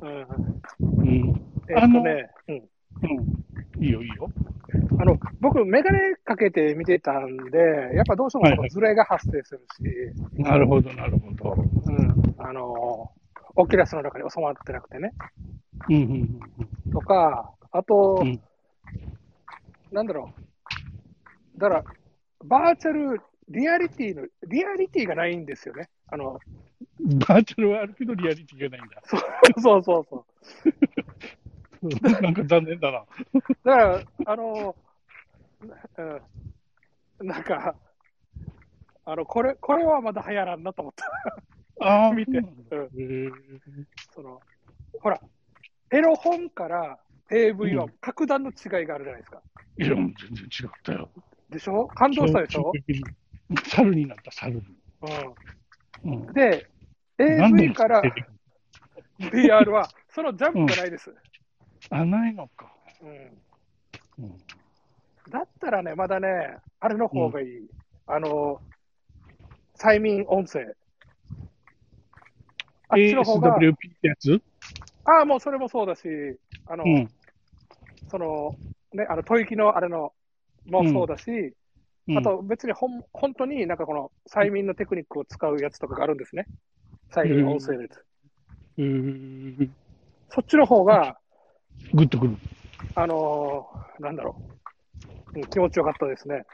Speaker 1: うん
Speaker 2: うん。
Speaker 1: えっと
Speaker 2: あの
Speaker 1: ね、
Speaker 2: うん。いいよ、いいよ。
Speaker 1: あの、僕、メガネかけて見てたんで、やっぱどうしてもそのズレが発生するし、
Speaker 2: なるほど、なるほど。
Speaker 1: うん、あの、オキュラスの中に収まってなくてね、
Speaker 2: うん、うん、
Speaker 1: とか、あと、
Speaker 2: うん
Speaker 1: なんだろう、だから、バーチャルリアリティの、リアリティがないんですよね。あの、
Speaker 2: うん。バーチャルはあるけど、リアリティがないんだ。
Speaker 1: そうそうそう。
Speaker 2: なんか残念だな。
Speaker 1: だから、あの、うん、なんか、あの、これ、これはまだ流行らんなと思った。
Speaker 2: ああ、
Speaker 1: 見て
Speaker 2: そうなんだへ
Speaker 1: その、ほら、エロ本から AV は格段の違いがあるじゃないですか。
Speaker 2: えいや、もう全然違ったよ。
Speaker 1: でしょ感動したでしょ
Speaker 2: 衝、撃的に猿になった、猿に。うん
Speaker 1: うん、で、
Speaker 2: 何度
Speaker 1: AV
Speaker 2: も
Speaker 1: から
Speaker 2: 出てくる
Speaker 1: VR は、そのジャンプがないです。
Speaker 2: あ、ないのか。
Speaker 1: うん
Speaker 2: うん
Speaker 1: だったらね、まだね、あれの方がいい。あの、催眠音声。あっちの方が、
Speaker 2: ASWP ってやつ
Speaker 1: ああ、もうそれもそうだし、あの、
Speaker 2: うん。
Speaker 1: その、ね、あの、吐息のあれの、もそうだし、
Speaker 2: うん
Speaker 1: あ、と別にほん本当になんかこの催眠のテクニックを使うやつとかがあるんですね。催眠音声のやつ。
Speaker 2: うーん
Speaker 1: そっちの方が、
Speaker 2: グッとくる。
Speaker 1: あのーなんだろう、うん気持ちよかったですね。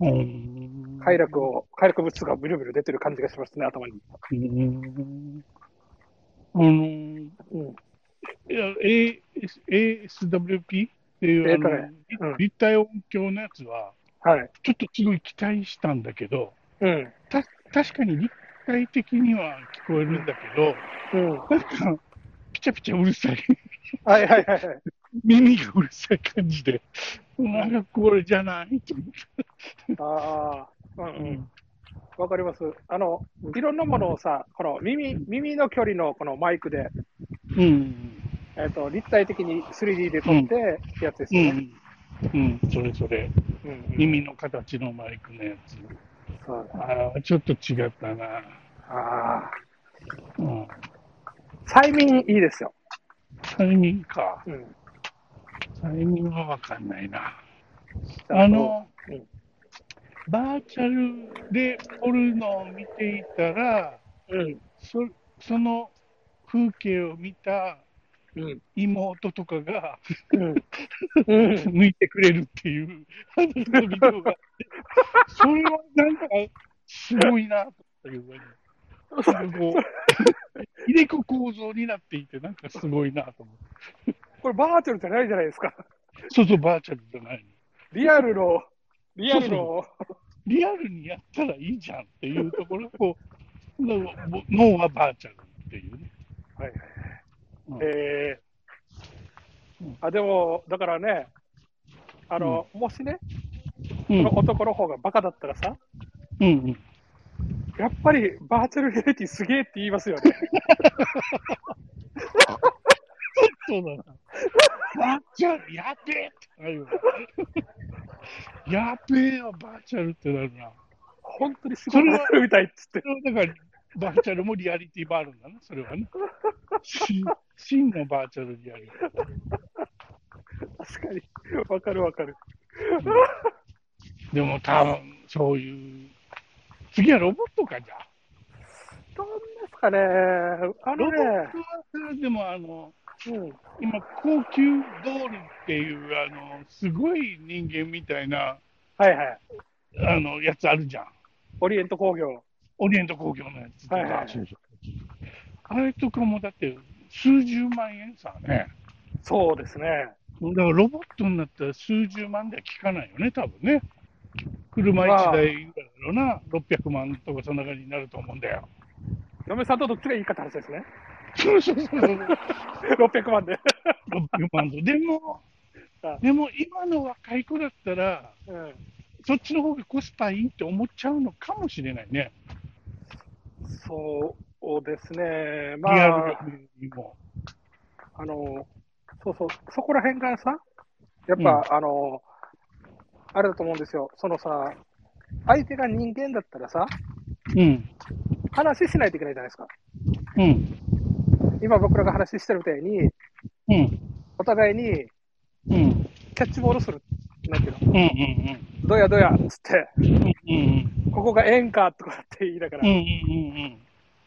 Speaker 2: うん
Speaker 1: 快楽を、快楽物質がみるみる出てる感じがしますね、頭に。
Speaker 2: うんあのー、
Speaker 1: うん。
Speaker 2: いや AS ASWP っていう、
Speaker 1: え
Speaker 2: あ
Speaker 1: ーと
Speaker 2: の
Speaker 1: ねうん
Speaker 2: 立体音響のやつは、
Speaker 1: はい。
Speaker 2: ちょっとすごい期待したんだけど、
Speaker 1: うん。
Speaker 2: た確かに立体的には聞こえるんだけ
Speaker 1: う
Speaker 2: ど、
Speaker 1: ん。
Speaker 2: なんか、ピチャピチャうるさい、
Speaker 1: はいはいはいはい。
Speaker 2: 耳がうるさい感じで、なんかこれじゃないと思っ
Speaker 1: ああ、うん
Speaker 2: た。
Speaker 1: うん。わかります。あの、いろんなものをさ、この耳、耳の距離のこのマイクで、
Speaker 2: うん。
Speaker 1: えっ、と、立体的に 3D で撮って、やつです
Speaker 2: う
Speaker 1: よね。
Speaker 2: ん。うん、それそれ。
Speaker 1: うん。うん
Speaker 2: 耳の形のマイクのやつ。
Speaker 1: そうだ
Speaker 2: ああ、ちょっと違ったな。
Speaker 1: ああ。
Speaker 2: うん。
Speaker 1: 催眠いいですよ。
Speaker 2: 催眠か。
Speaker 1: うん。
Speaker 2: 催眠はわかんないな。あの
Speaker 1: うん、
Speaker 2: バーチャルでポルノを見ていたら、
Speaker 1: うん、
Speaker 2: そその風景を見た
Speaker 1: うん、
Speaker 2: 妹とかが
Speaker 1: うん、うん、
Speaker 2: 抜いてくれるっていう話のビデオがあってそれはなんかすごいなと思ったけど、なんかこう、入れ子構造になっていて、なんかすごいなと思って。
Speaker 1: これバーチャルじゃないじゃないですか。
Speaker 2: そうそう、バーチャルじゃないの。
Speaker 1: リアルの、リアルの、
Speaker 2: リアルにやったらいいじゃんっていうところ、こう、なんかもう脳はバーチャルっていうね。
Speaker 1: はい
Speaker 2: うん
Speaker 1: え
Speaker 2: う
Speaker 1: ー
Speaker 2: ん、
Speaker 1: あでも、だからね、あの、もしね、
Speaker 2: う
Speaker 1: こ
Speaker 2: ん
Speaker 1: の男の方がバカだったらさ、
Speaker 2: うんうん、
Speaker 1: やっぱりバーチャルリアリティすげえって言いますよ ね。
Speaker 2: そうだな。バーチャル、やべえってなるよな。やべえよ、バーチャルってなるな。
Speaker 1: 本当に仕事するみたいっつって。
Speaker 2: それはだから、バーチャルもリアリティもあるんだな、それはね。真真のバーチャルリアリティ。
Speaker 1: 確かに。わかるわかる。
Speaker 2: でも多分、そういう。次はロボットかじゃあ。
Speaker 1: どんですかね、あ
Speaker 2: ロ
Speaker 1: の
Speaker 2: ボッ
Speaker 1: ね、
Speaker 2: トはさ、でもあの、
Speaker 1: うん、
Speaker 2: 今、高級ドールっていう、あの、すごい人間みたいな、
Speaker 1: はいはい。
Speaker 2: あの、やつあるじゃん。
Speaker 1: オリエント工業。
Speaker 2: オリエント工業のやつとか、
Speaker 1: はいはいはい
Speaker 2: そうそうあれとかもだって数十万円さね、
Speaker 1: そうですね。
Speaker 2: だからロボットになったら数十万では効かないよね、多分ね。車
Speaker 1: まあ
Speaker 2: 1台ぐらいだろうな、600万とかそんな感じになると思うんだよ。
Speaker 1: 嫁さんとどっちがいいかって話ですね。
Speaker 2: そうそうそう、600
Speaker 1: 600万で。
Speaker 2: 万と。でも
Speaker 1: あ、
Speaker 2: でも今の若い子だったら、
Speaker 1: うん。
Speaker 2: そっちの方がコスパいいって思っちゃうのかもしれないね、
Speaker 1: そうですね。ま
Speaker 2: リアル
Speaker 1: あ、
Speaker 2: にも。
Speaker 1: あの、そうそう、そこら辺がさ、やっぱ、あの、あれだと思うんですよ。そのさ、相手が人間だったらさ、
Speaker 2: うん、
Speaker 1: 話しないといけないじゃないですか。
Speaker 2: うん、
Speaker 1: 今僕らが話してるみたいに、
Speaker 2: ううん。
Speaker 1: お互いに
Speaker 2: うん。うん
Speaker 1: キャッチボールする。なんていうの
Speaker 2: うんうん。
Speaker 1: どやどやっつって、
Speaker 2: うんうん
Speaker 1: ここがええんかとかって言いなが
Speaker 2: うん。うん
Speaker 1: ら。
Speaker 2: うんうん。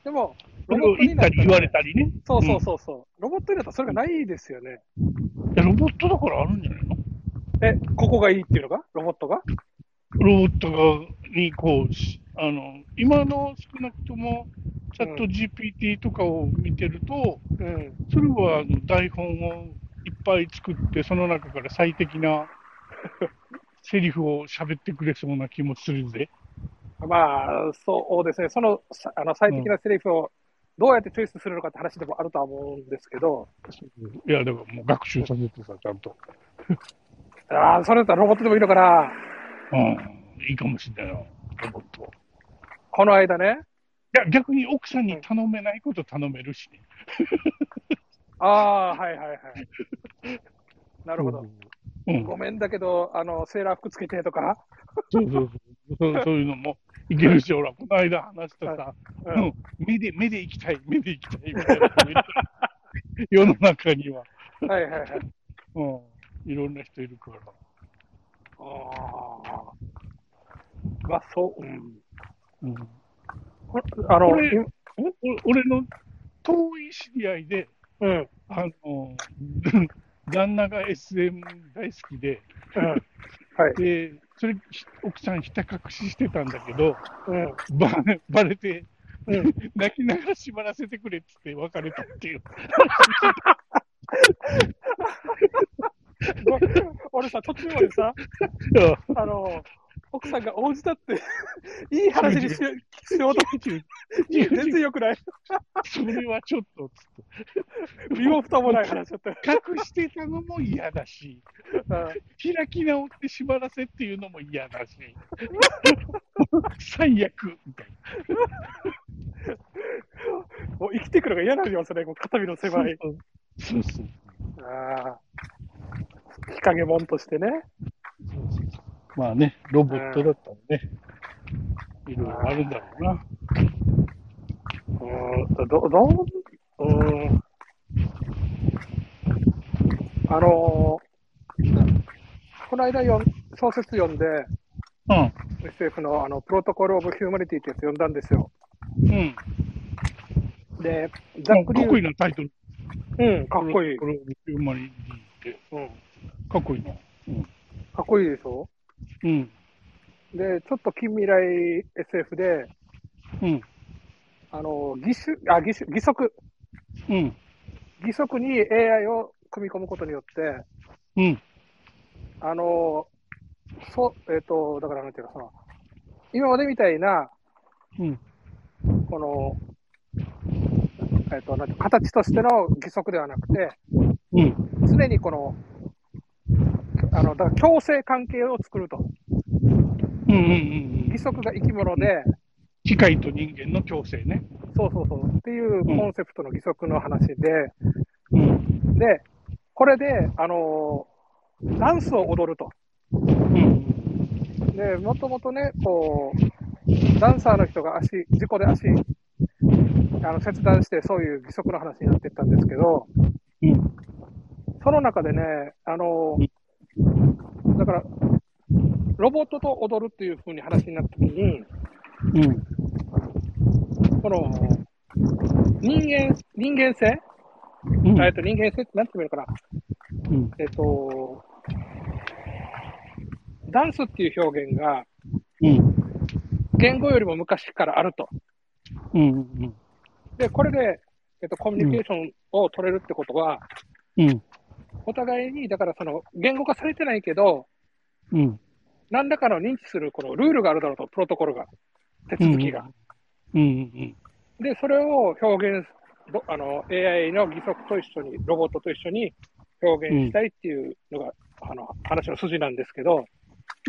Speaker 1: でも、
Speaker 2: それを言ったり言われたりね。
Speaker 1: そうそうそうそう。ロボットになったらそれがないですよね。
Speaker 2: いやロボットだからあるんじゃないの
Speaker 1: え、ここがいいっていうのがロボットが
Speaker 2: ロボットがにこうし、あの、今の少なくとも、チャット GPT とかを見てると、
Speaker 1: うん。
Speaker 2: それはあの台本をいっぱい作って、その中から最適 なセリフを喋ってくれそうな気もするぜ。
Speaker 1: まあ、そうですね。その、さあの、最適なセリフをどうやってチョイスするのかって話でもあるとは思うんですけど、
Speaker 2: いや、だからもう学習させてさ、ちゃんと。
Speaker 1: ああ、それだったらロボットでもいいのかな。
Speaker 2: うん、いいかもしれないな、ロボットは。
Speaker 1: この間ね、
Speaker 2: いや、逆に奥さんに頼めないこと頼めるしね。
Speaker 1: ああー、はいはいはい。なるほど。
Speaker 2: うん、
Speaker 1: ごめんだけど、あの、セーラー服つけてとか、
Speaker 2: そうそうそう。そうそういうのもいけるし、ほら、この間話したさ、
Speaker 1: うん
Speaker 2: うん目で、目で行きたい、目で行きたいみたいな人もいるから世の中には、
Speaker 1: はいはいはい。
Speaker 2: うん、いろんな人いるから。
Speaker 1: ああ。まあ、そう、うん。
Speaker 2: うん、
Speaker 1: こあの、
Speaker 2: これ
Speaker 1: い
Speaker 2: お俺の遠い知り合いで、
Speaker 1: うん、うん。
Speaker 2: あの 旦那が SM 大好きで、
Speaker 1: はい。
Speaker 2: でそれ、ひ奥さん、ひた隠ししてたんだけど、
Speaker 1: うん。
Speaker 2: ばばれて、
Speaker 1: うん
Speaker 2: 泣きながら縛らせてくれっつって別れたっていう。
Speaker 1: ご俺さ、途中までさ、
Speaker 2: うん
Speaker 1: あの、奥さんが応じたって、 いい話にしようしようと、全然良くない。
Speaker 2: それはちょっとつって
Speaker 1: 身も蓋もない話だった。
Speaker 2: 隠してたのも嫌だし、開き直って縛らせっていうのも嫌 だし、最悪みたい
Speaker 1: うんもう生きてくるのが嫌なんよ、それ、もう肩身の
Speaker 2: な。
Speaker 1: 狭い。
Speaker 2: そうそうそう
Speaker 1: ああ。日陰もんとしてね。
Speaker 2: そうそうそうまあね、ロボットだったらね、いろいろあるんだろうな。
Speaker 1: うーん、ど、どう、うーん。あのーこの間読ん小説読んで、
Speaker 2: うん、
Speaker 1: SF のあのプロトコル・オブ・ヒューマニティってやつ読んだんですよ。
Speaker 2: うん、
Speaker 1: で、ざ
Speaker 2: か
Speaker 1: っ
Speaker 2: っ
Speaker 1: くり言う
Speaker 2: こいいな、タイトル。
Speaker 1: うん、かっこいい。
Speaker 2: これ、これ生まれにって、
Speaker 1: うん、
Speaker 2: かっこいいな。
Speaker 1: かっこいいでしょ
Speaker 2: うん、
Speaker 1: で、ちょっと近未来 SF で、
Speaker 2: うん、
Speaker 1: あの、義手、あ、義手、義足、
Speaker 2: うん、
Speaker 1: 義足に AI を組み込むことによって、
Speaker 2: うん、
Speaker 1: あの、そう、えっ、と、だからなんていうか、その、今までみたいな、
Speaker 2: うん、
Speaker 1: この、えっ、と、なんて形としての義足ではなくて、
Speaker 2: うん、
Speaker 1: 常にこの、あの、だから共生関係を作ると。
Speaker 2: うん、うん。
Speaker 1: 義足が生き物で、
Speaker 2: 機械と人間の共生ね。
Speaker 1: そうそうそう、っていうコンセプトの義足の話で、
Speaker 2: うん、
Speaker 1: で、これで、あのダンスを踊ると。
Speaker 2: うん、
Speaker 1: で、もともとね、こう、ダンサーの人が足、事故で足、あの、切断して、そういう義足の話になってったんですけど、
Speaker 2: うん。
Speaker 1: その中でね、あの、だから、ロボットと踊るっていう風に話になった時に、
Speaker 2: うん。
Speaker 1: この、人間、人間性、
Speaker 2: うん
Speaker 1: えっと、人間性って何て言うのかな
Speaker 2: うん。
Speaker 1: えっと、ダンスっていう表現が、
Speaker 2: うん。
Speaker 1: 言語よりも昔からあると。
Speaker 2: うん。
Speaker 1: で、これで、えっと、コミュニケーションを取れるってことは、
Speaker 2: うん。
Speaker 1: お互いに、だからその、言語化されてないけど、
Speaker 2: うん。
Speaker 1: 何らかの認知するこのルールがあるだろうと、プロトコルが、手続きが。
Speaker 2: うん。
Speaker 1: で、それを表現す、どあの、AI の義足と一緒に、ロボットと一緒に表現したいっていうのが、あの、話の筋なんですけど、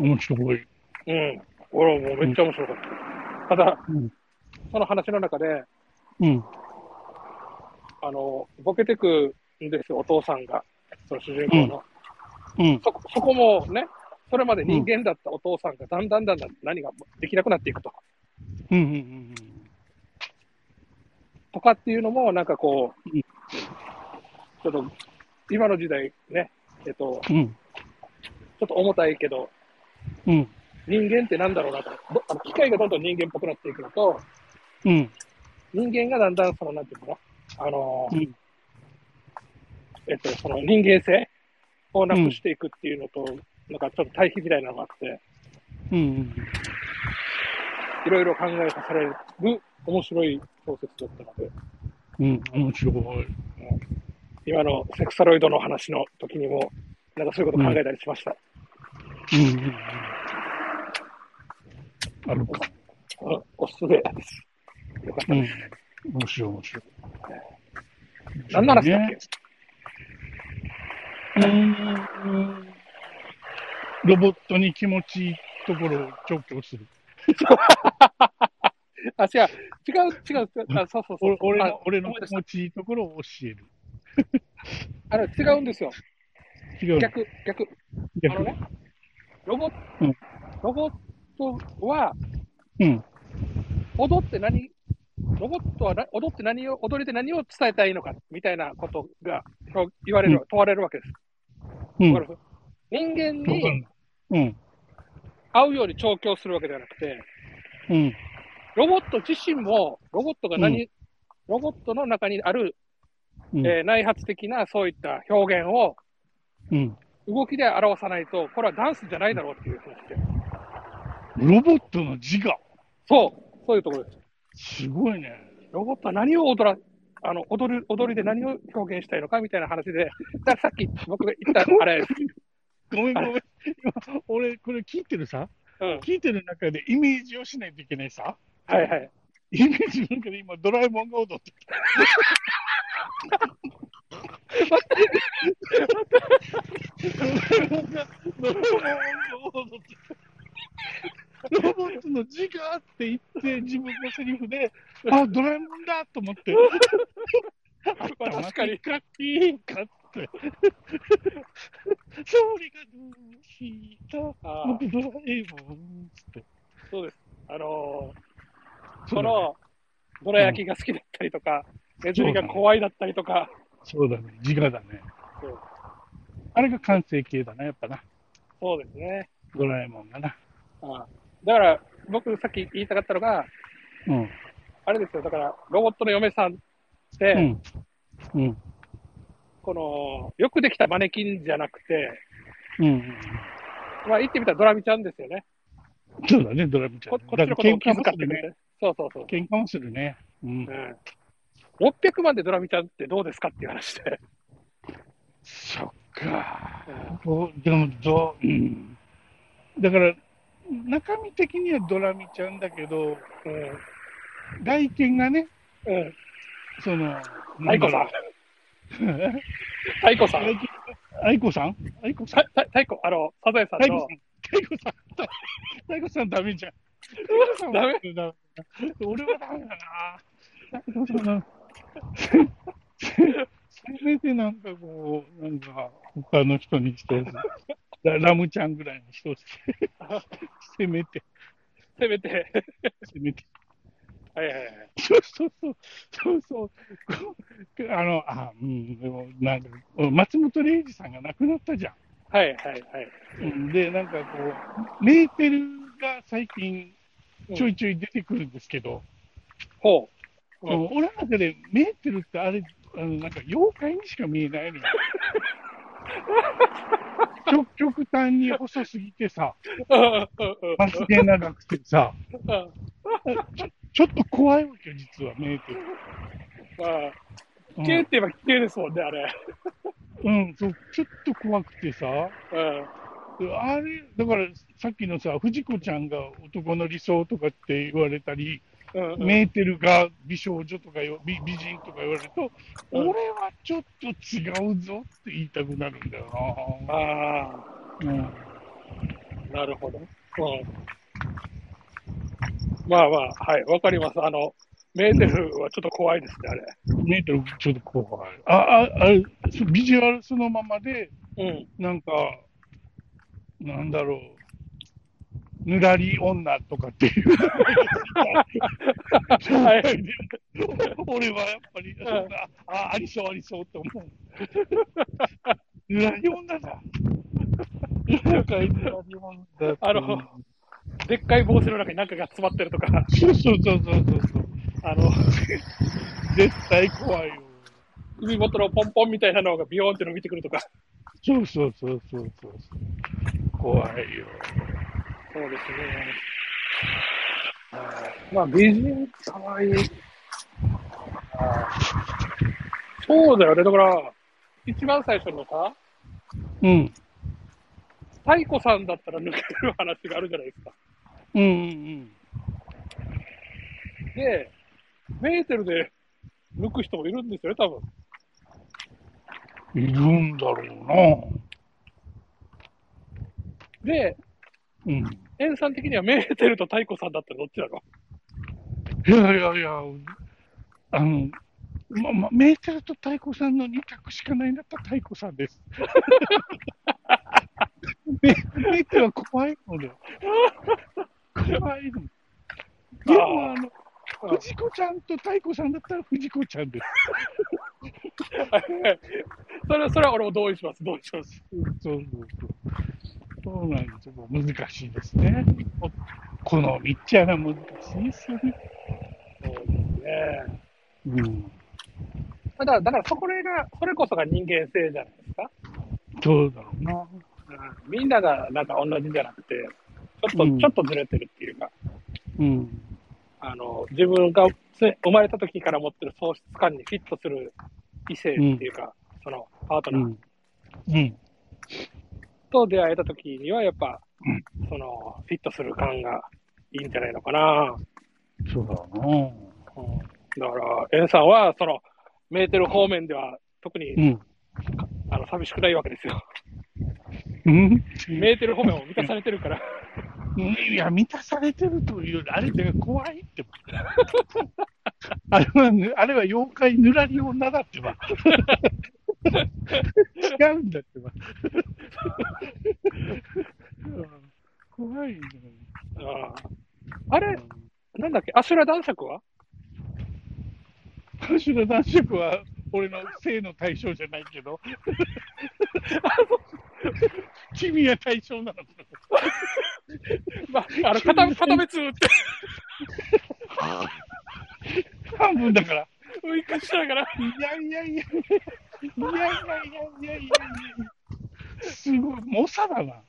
Speaker 2: 面白い。
Speaker 1: うん。俺はもうめっちゃ面白かった。ただ、
Speaker 2: うん
Speaker 1: その話の中で、
Speaker 2: うん。
Speaker 1: あの、ボケてくんですよ、お父さんが。その主人公の。
Speaker 2: うん。
Speaker 1: そこそこもね、それまで人間だったお父さんがだんだんだんだん何ができなくなっていくとか
Speaker 2: うん。
Speaker 1: とかっていうのも、なんかこう、
Speaker 2: うん
Speaker 1: ちょっと今の時代ね、えっと、
Speaker 2: うん。
Speaker 1: ちょっと重たいけど、
Speaker 2: うん。
Speaker 1: 人間ってなんだろうなと。どあの機械がどんどん人間っぽくなっていくのと、
Speaker 2: うん。
Speaker 1: 人間がだんだんその、なんていうのかな、あのー、
Speaker 2: うん
Speaker 1: えっと、その人間性をなくしていくっていうのと、なんかちょっと対比みたいなのがあって、
Speaker 2: うん。
Speaker 1: いろいろ考えさせられる面白い小説だったので、
Speaker 2: うん。面白い。
Speaker 1: 今のセクサロイドの話の時にも、なんかそういうこと考えたりしました。
Speaker 2: うんうんうん。あるか。
Speaker 1: うん、おすすめです。よかった
Speaker 2: う
Speaker 1: で
Speaker 2: ん。面白い、面白い。
Speaker 1: す。なんならしたっ
Speaker 2: うーんロボットに気持ちいいところを調教する。
Speaker 1: けあ、違う、違う、違う、あそうそうそう
Speaker 2: 俺。俺
Speaker 1: あ
Speaker 2: の俺の
Speaker 1: 思い出し
Speaker 2: 気持ちいいところを教える。
Speaker 1: たあの、違うんですよ。
Speaker 2: 違う。
Speaker 1: 逆、逆。あの
Speaker 2: 逆。
Speaker 1: ね、ロボット、
Speaker 2: うん
Speaker 1: ロボットは、
Speaker 2: うん。
Speaker 1: 踊って何、ロボットはな踊って何を、踊れて何を伝えたいのか、みたいなことがそう言われる、
Speaker 2: う
Speaker 1: 問われるわけです。
Speaker 2: うん。
Speaker 1: わかる人間
Speaker 2: わかん
Speaker 1: に
Speaker 2: ないうん。
Speaker 1: 会うように調教するわけではなくて、
Speaker 2: うん。
Speaker 1: ロボット自身も、ロボットが何、ロボットの中にある、
Speaker 2: うん。
Speaker 1: えー内発的なそういった表現を
Speaker 2: うん。
Speaker 1: 動きで表さないと、これはダンスじゃないだろうっていう話で。
Speaker 2: ロボットの自我。
Speaker 1: そう、そういうところです。
Speaker 2: すごいね。
Speaker 1: ロボットは何を踊ら、あの、踊る、踊りで何を表現したいのかみたいな話で、 だからさっき僕が言った、あれ、
Speaker 2: ごめんごめん。今 俺、これ聞いてるさ。
Speaker 1: うん、
Speaker 2: 聞いてる中でイメージをしないといけないさ。
Speaker 1: はいはい。
Speaker 2: イメージの中で今、ドラえもんが踊ってた。ドラえもんが、ドラえもんが踊ってた。ロボットの字があって言って、自分のセリフで、あ、ドラえもんだと 思って。
Speaker 1: まあ確かに。
Speaker 2: カッピーカッって。総理がどうした
Speaker 1: あー
Speaker 2: 僕ドラえもんつって。
Speaker 1: あのーその、どら焼きが好きだったりとか、ネズミが怖いだったりとか、
Speaker 2: そうだね、自我だね
Speaker 1: そう。
Speaker 2: あれが完成形だな、やっぱな、
Speaker 1: そうですね。
Speaker 2: ドラえもんがな。
Speaker 1: あーだから、僕さっき言いたかったのが、
Speaker 2: うん。
Speaker 1: あれですよ、だから、ロボットの嫁さんって、
Speaker 2: うん。うん。
Speaker 1: この、よくできたマネキンじゃなくて、
Speaker 2: うん。
Speaker 1: まあ言ってみたらドラミちゃんですよね。
Speaker 2: そうだね、ドラえもんちゃ
Speaker 1: こ
Speaker 2: んね。
Speaker 1: こっちのことを
Speaker 2: だ
Speaker 1: 気
Speaker 2: か
Speaker 1: 遣
Speaker 2: ら喧嘩も
Speaker 1: っ
Speaker 2: す
Speaker 1: て
Speaker 2: る
Speaker 1: くれ
Speaker 2: ね。
Speaker 1: て。そうそうそう。
Speaker 2: 喧嘩もするね。うん
Speaker 1: う。ん600万でドラミちゃんってどうですかっていう話で。
Speaker 2: そっか。こうでも、どう、うん。だから、中身的にはドラミちゃんだけど、
Speaker 1: うん。
Speaker 2: 外見がね、
Speaker 1: うん。
Speaker 2: その、
Speaker 1: 太鼓さん。太鼓さん。
Speaker 2: 愛子愛子さ ん愛子さん
Speaker 1: たた太鼓、あの、サ ザエさん
Speaker 2: 太
Speaker 1: の
Speaker 2: 鼓。さん、太鼓さんダメじゃん。
Speaker 1: ダメ
Speaker 2: ダメ 俺はダメだな。太鼓さん、せめてなんかこう、なんか他の人にして、 ララムちゃんぐらいにしてほしい、せめて、
Speaker 1: せめて。
Speaker 2: せめて。
Speaker 1: はいはいはい。
Speaker 2: そうそうそう、そうそうこ う、あの、あ、うん、でも、なんか、松本零士さんが亡くなったじゃん。
Speaker 1: はいはいはい。
Speaker 2: うんで、なんかこう、メーテルが最近
Speaker 1: うん、
Speaker 2: ちょいちょい出てくるんですけど、
Speaker 1: ほ
Speaker 2: その俺の中でメーテルってあれ、あのなんか妖怪にしか見えないのよ。 極極端に細すぎてさ、
Speaker 1: う。うんうんうん
Speaker 2: まつげ長くてさ、
Speaker 1: うん
Speaker 2: ちょっと怖いわけよ、実はメーテル。
Speaker 1: まあ、
Speaker 2: う
Speaker 1: 危
Speaker 2: ん
Speaker 1: 険って言えば危険ですもんね、あれ。
Speaker 2: うん、そうちょっと怖くてさ、
Speaker 1: うん。
Speaker 2: あれ、だからさっきのさ、藤子ちゃんが男の理想とかって言われたり、
Speaker 1: うんうん
Speaker 2: メーテルが美少女とかよ美美人とか言われると、
Speaker 1: うん
Speaker 2: 俺はちょっと違うぞって言いたくなるんだよな。
Speaker 1: あ
Speaker 2: うん
Speaker 1: あ、なるほど。うん。まあまあ、はい、わかります。あの、メーテルはちょっと怖いですね、あれ。
Speaker 2: メーテルちょっと怖い。あ、あ、あれ、そビジュアルそのままで、
Speaker 1: うん。
Speaker 2: なんか、なんだろう。ぬらり女とかって いう。
Speaker 1: はい
Speaker 2: 俺はやっぱり、
Speaker 1: ん
Speaker 2: そんなあ、ありそうありそうと思う。ゆらり女だ。なんかゆらり女だって
Speaker 1: あの、でっかい帽子の中に何かが詰まってるとか、
Speaker 2: そうそうそうそうそうそう。
Speaker 1: あの、
Speaker 2: 絶対怖いよ。
Speaker 1: 首元のポンポンみたいなのがビヨーンって伸びてくるとか。
Speaker 2: そうそうそうそうそうそう。怖いよ。
Speaker 1: そうですね。まあ、美人かわいい。そうだよね。だから、一番最初のさ、
Speaker 2: うん。
Speaker 1: 太鼓さんだったら抜ける話があるじゃないですか。
Speaker 2: うんうん
Speaker 1: で、メーテルで抜く人もいるんですよね、多分。
Speaker 2: うん。いるんだろ
Speaker 1: で、
Speaker 2: うな。うん。
Speaker 1: エンさん的にはメーテルと太鼓さんだったらどっちなの
Speaker 2: いやいやいや、あの、ま、ま、メーテルと太鼓さんの2択しかないんだったら太鼓さんです。 メメーテルは怖いので。怖いの。でも、あの、
Speaker 1: あ
Speaker 2: 藤子ちゃんと太鼓さんだったら藤子ちゃんです。
Speaker 1: それは、それは俺も同意します、同意します。
Speaker 2: そうそうそう。そうなんですよ。難しいですね。おこの道ちゃら難しいですよね。
Speaker 1: そうですね。
Speaker 2: うん。
Speaker 1: だから、だからそこら辺が、それこそが人間性じゃないですか。
Speaker 2: そうだろうな。
Speaker 1: うんみんながなんか同じじゃなくて、ちょっと、
Speaker 2: うん
Speaker 1: ちょっとずれてるっていうか、
Speaker 2: うん。
Speaker 1: あの、自分がせ生まれた時から持ってる喪失感にフィットする異性っていうか、そのパート
Speaker 2: う
Speaker 1: ナー
Speaker 2: ん。うん。
Speaker 1: と出会えた時にはやっぱ、
Speaker 2: うん
Speaker 1: その、フィットする感がいいんじゃないのかな。
Speaker 2: そうだろ
Speaker 1: うんだから、エンさんは、その、メーテル方面では特に、
Speaker 2: うな。うん。
Speaker 1: あの、寂しくないわけですよ。
Speaker 2: うん、
Speaker 1: メーテル方面を満たされてるから。
Speaker 2: いや、満たされてるというより、あれが怖いってば。あれはぬ、あれは妖怪ぬらり女だってば。違うんだってば。怖いんだよ
Speaker 1: うんあれ、なんだっけ、アシュラ男爵は
Speaker 2: 今週の男爵は、俺の性の対象じゃないけど。君は対象なのかな。
Speaker 1: まあ、あの、片片目つぶって、
Speaker 2: 半分だから。
Speaker 1: ウインクしながら。
Speaker 2: いやいやいやいやいやいやいやいやいやすごい、猛者だな。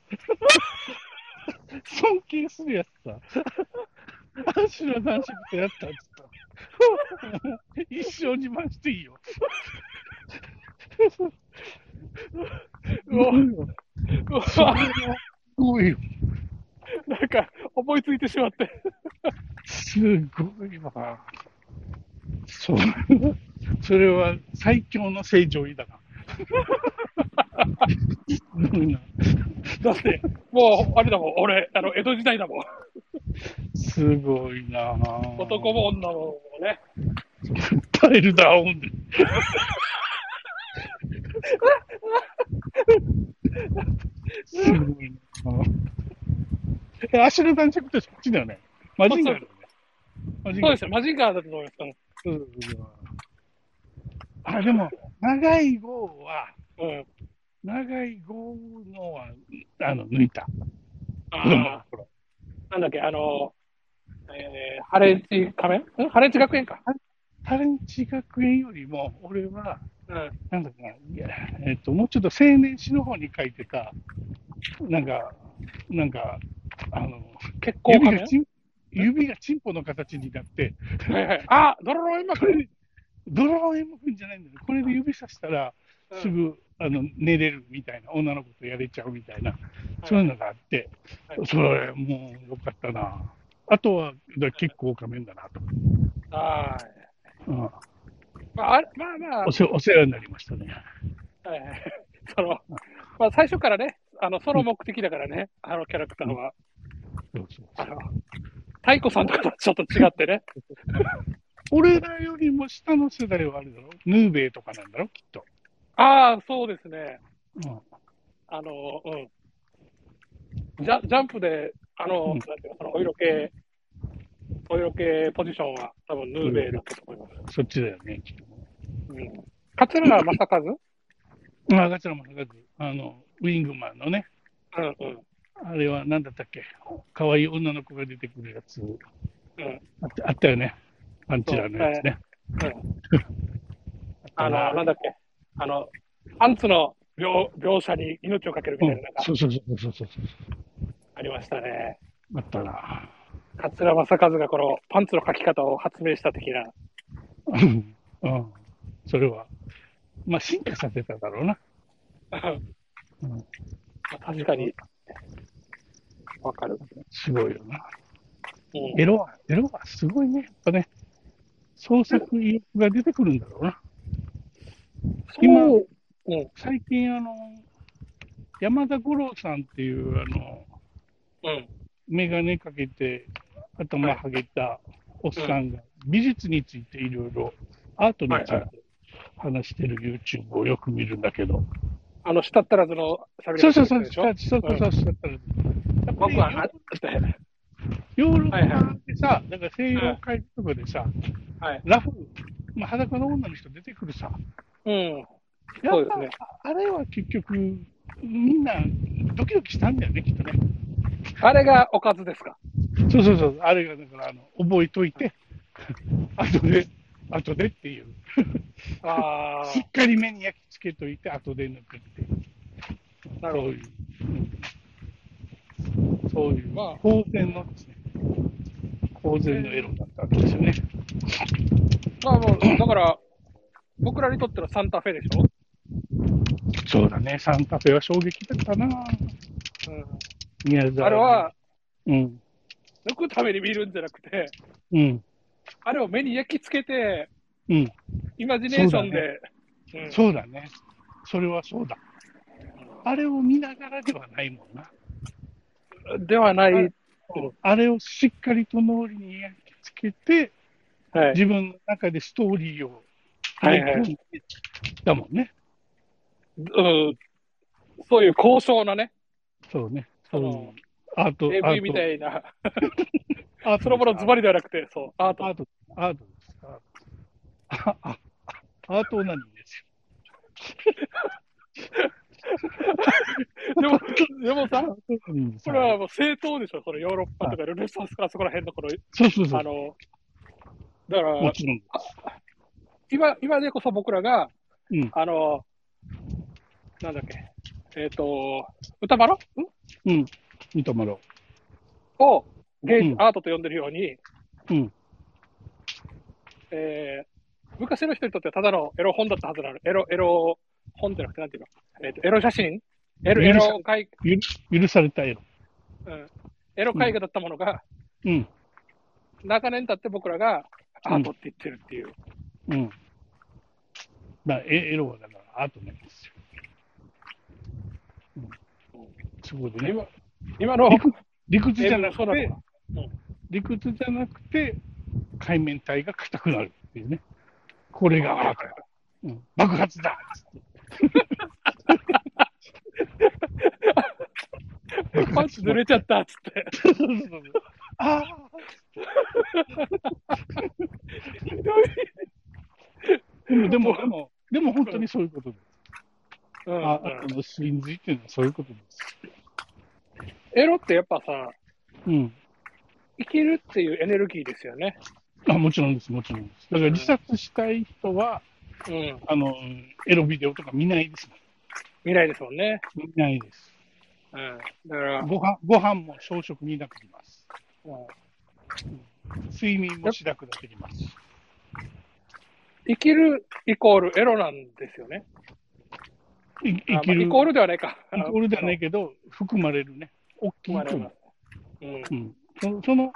Speaker 2: 尊敬するやつだ。アシュラ男爵とやったっつった。一生にましていいよ。
Speaker 1: もう
Speaker 2: うそれはすごいよ。
Speaker 1: なんか、思いついてしまって。
Speaker 2: すごいわ。そう。 それは最強の正常位だな。 すごいな。
Speaker 1: だって、もう、あれだもん、俺、あの、江戸時代だもん。
Speaker 2: すごいなぁ
Speaker 1: 男も女もね。
Speaker 2: タイルダウンで。すごいなぁ。え、アシュラ男爵ってそっちだよね。マジンガーだよね。マジ
Speaker 1: そ
Speaker 2: ン
Speaker 1: う
Speaker 2: ガー
Speaker 1: で。すよ、マジンガーだと思います。
Speaker 2: そうそうそうあ、でも、長い号は、
Speaker 1: うん。
Speaker 2: 長い号のは、あの、抜いた。
Speaker 1: ああ、なんだっけ、あの、えー、ハレンチ仮面んハレンチ学園か。
Speaker 2: タレンチ学園よりも、俺は、
Speaker 1: うん。
Speaker 2: なんだっけな、いやえっと、もうちょっと青年誌の方に書いてた、なんか、なんか、あの、
Speaker 1: 結婚
Speaker 2: 指
Speaker 1: 仮
Speaker 2: がちん指がチンポの形になって、
Speaker 1: 面はいはい。あ、ドロロンマ
Speaker 2: これで、ドラゴン M 君じゃないんだけど、これで指さしたら、すぐ、あの寝れるみたいな、女の子とやれちゃうみたいな、そういうのがあって、
Speaker 1: はい
Speaker 2: それ、もうよかったな。あとは、だ結構仮面だなと、
Speaker 1: ああ。
Speaker 2: うん
Speaker 1: まあ、あれまあまあ
Speaker 2: お、世。お世話になりましたね。
Speaker 1: はいはい その、まあ、最初からね、あの、その目的だからね、あのキャラクターは、
Speaker 2: そうそう
Speaker 1: あの、太鼓さんとかとちょっと違ってね。
Speaker 2: 俺らよりも下の世代はあれだろヌーベイとかなんだろきっと。
Speaker 1: ああ、そうですね。
Speaker 2: うん
Speaker 1: あの、うん。ジャジャンプで、あの、
Speaker 2: うん
Speaker 1: なんていうの、その、お色気、お色気ポジションは、多分ヌーベイだったと思います。
Speaker 2: そっちだよね、きっと。
Speaker 1: うん。桂正和
Speaker 2: あ、ガチャのも長く。あの、ウィングマンのね、
Speaker 1: うんうん。
Speaker 2: あれは何だったっけ可愛い女の子が出てくるやつ。
Speaker 1: ん
Speaker 2: あったあったよね。パンチラのやつね。
Speaker 1: あの、なんだっけ、あの、パンツの描描写に命をかけるみたいな、なんか
Speaker 2: そうそうそうそうそうそう。
Speaker 1: ありましたね。
Speaker 2: あったな。
Speaker 1: 桂正和がこのパンツの書き方を発明した的な。
Speaker 2: うん。うんそれは、まあ進化させただろうな。
Speaker 1: うん確かに。わかる。
Speaker 2: すごいよな。
Speaker 1: うん
Speaker 2: エロは、エロはすごいね。やっぱね、創作意欲が出てくるんだろうな。今
Speaker 1: そう、
Speaker 2: 最近、あの、山田五郎さんっていう、あの、
Speaker 1: うん。
Speaker 2: メガネかけて、頭はげたおっさんが、美術についていろいろ、アートについ
Speaker 1: はい
Speaker 2: て話してる YouTube をよく見るんだけど、
Speaker 1: あの、したったらずの喋り
Speaker 2: そう
Speaker 1: 方
Speaker 2: そうそう、
Speaker 1: でし
Speaker 2: そ
Speaker 1: ょ
Speaker 2: うそうそう、そうそうそうやっぱり
Speaker 1: 僕はな、はい
Speaker 2: ヨーロ
Speaker 1: はい
Speaker 2: ッ
Speaker 1: は
Speaker 2: パでさ、なんか西洋会とかでさ、
Speaker 1: はい。
Speaker 2: ラフ、まあ、裸の女の人出てくるさ、
Speaker 1: うん。
Speaker 2: や
Speaker 1: そう
Speaker 2: っ
Speaker 1: です
Speaker 2: ぱ、
Speaker 1: ね
Speaker 2: あれは結局、みんなドキドキしたんだよね、きっとね。
Speaker 1: あれがおかずですか。
Speaker 2: そうそうそう、あれがだからあの覚えといて、 後で、後でっていう、
Speaker 1: あ
Speaker 2: しっかり目に焼き付けといて、後で抜くっていう、
Speaker 1: あ、なるほ
Speaker 2: そう
Speaker 1: ど。
Speaker 2: いう、うんそういう、
Speaker 1: まあ
Speaker 2: 公然のですね、公然のエロだったわけですよね。
Speaker 1: まあもう、だから、僕らにとってのサンタフェでしょ
Speaker 2: そうだね、サンタフェは衝撃だったな、
Speaker 1: う
Speaker 2: 宮沢
Speaker 1: ん、あれは、
Speaker 2: うん、
Speaker 1: 抜くために見るんじゃなくて、
Speaker 2: うん、
Speaker 1: あれを目に焼き付けて、
Speaker 2: うん、
Speaker 1: イマジネーションで、うん
Speaker 2: そうだね、それはそうだ。あれを見ながらではないもんな。
Speaker 1: ではない、
Speaker 2: は
Speaker 1: はい
Speaker 2: あれをしっかりと脳裏に焼き付けて、
Speaker 1: い、
Speaker 2: 自分の中でストーリーを
Speaker 1: は
Speaker 2: 入
Speaker 1: い
Speaker 2: れ
Speaker 1: はい
Speaker 2: 込んで、だもんね。
Speaker 1: うん。そういう高尚なね、
Speaker 2: そうね。
Speaker 1: そ
Speaker 2: そう
Speaker 1: の
Speaker 2: いうアート、アー
Speaker 1: AV
Speaker 2: ト
Speaker 1: みたいな、
Speaker 2: アート
Speaker 1: そのものズバリではなくて、そう、アー
Speaker 2: ア
Speaker 1: ト。
Speaker 2: ート、アートですか。ああアートなんです
Speaker 1: でも、でもさ、
Speaker 2: よ。オナニーです
Speaker 1: これはもう正当でしょ、そのヨーロッパとかルネサンスからそこら辺のこの、
Speaker 2: そうそうそ
Speaker 1: あ
Speaker 2: う。
Speaker 1: の、だか
Speaker 2: も
Speaker 1: ら、
Speaker 2: ちろん。
Speaker 1: 今、今でこそ僕らが、
Speaker 2: うん
Speaker 1: あの、なんだっけ、えっ、と、歌丸ん
Speaker 2: うん。見たまろ
Speaker 1: を芸術、
Speaker 2: うん
Speaker 1: アートと呼んでるように、
Speaker 2: うん
Speaker 1: えー昔の人にとってはただのエロ本だったはずなの。エロ、エロ本じゃなくて、なんていうの、えーとエロ写真エロ、エ
Speaker 2: エロ写
Speaker 1: ロ絵
Speaker 2: う。ゆ許されたエロ。
Speaker 1: うん、エロ絵画だったものが、
Speaker 2: うん。
Speaker 1: 長年経って僕らがアートって言ってるっていう。
Speaker 2: うん。まあ、エエロはだからアートなんですよ。うんそこでね。
Speaker 1: 今今の、
Speaker 2: 理屈理屈じゃな
Speaker 1: えーそう
Speaker 2: く
Speaker 1: だろう
Speaker 2: て
Speaker 1: な、
Speaker 2: 理屈じゃなくて、海面体が硬くなるっていうね。これがアート、うん爆発だっつって
Speaker 1: パンツ濡れちゃったっつ って。
Speaker 2: あーでも、でも、でも本当にそういうことです。
Speaker 1: うん
Speaker 2: あアートの真髄っていうのはそういうことです。
Speaker 1: エロってやっぱさ、
Speaker 2: うん。
Speaker 1: 生きるっていうエネルギーですよね。
Speaker 2: あもちろんです、もちろんです。だから自殺したい人は、
Speaker 1: うん。
Speaker 2: あの、エロビデオとか見ないですもん。
Speaker 1: 未来ですもんね。
Speaker 2: 見ないです。
Speaker 1: うん。だから、
Speaker 2: ご飯ご飯も朝食になくてきます。
Speaker 1: うん
Speaker 2: 睡眠もしなくなってきます。
Speaker 1: 生きるイコールエロなんですよね。
Speaker 2: い
Speaker 1: あ
Speaker 2: 生き
Speaker 1: まあ
Speaker 2: る、
Speaker 1: イコールではないか。
Speaker 2: イコールではない
Speaker 1: か。
Speaker 2: けど、含まれるね、大きい
Speaker 1: 含まれ
Speaker 2: 含
Speaker 1: ます うん。
Speaker 2: うん、そのその、や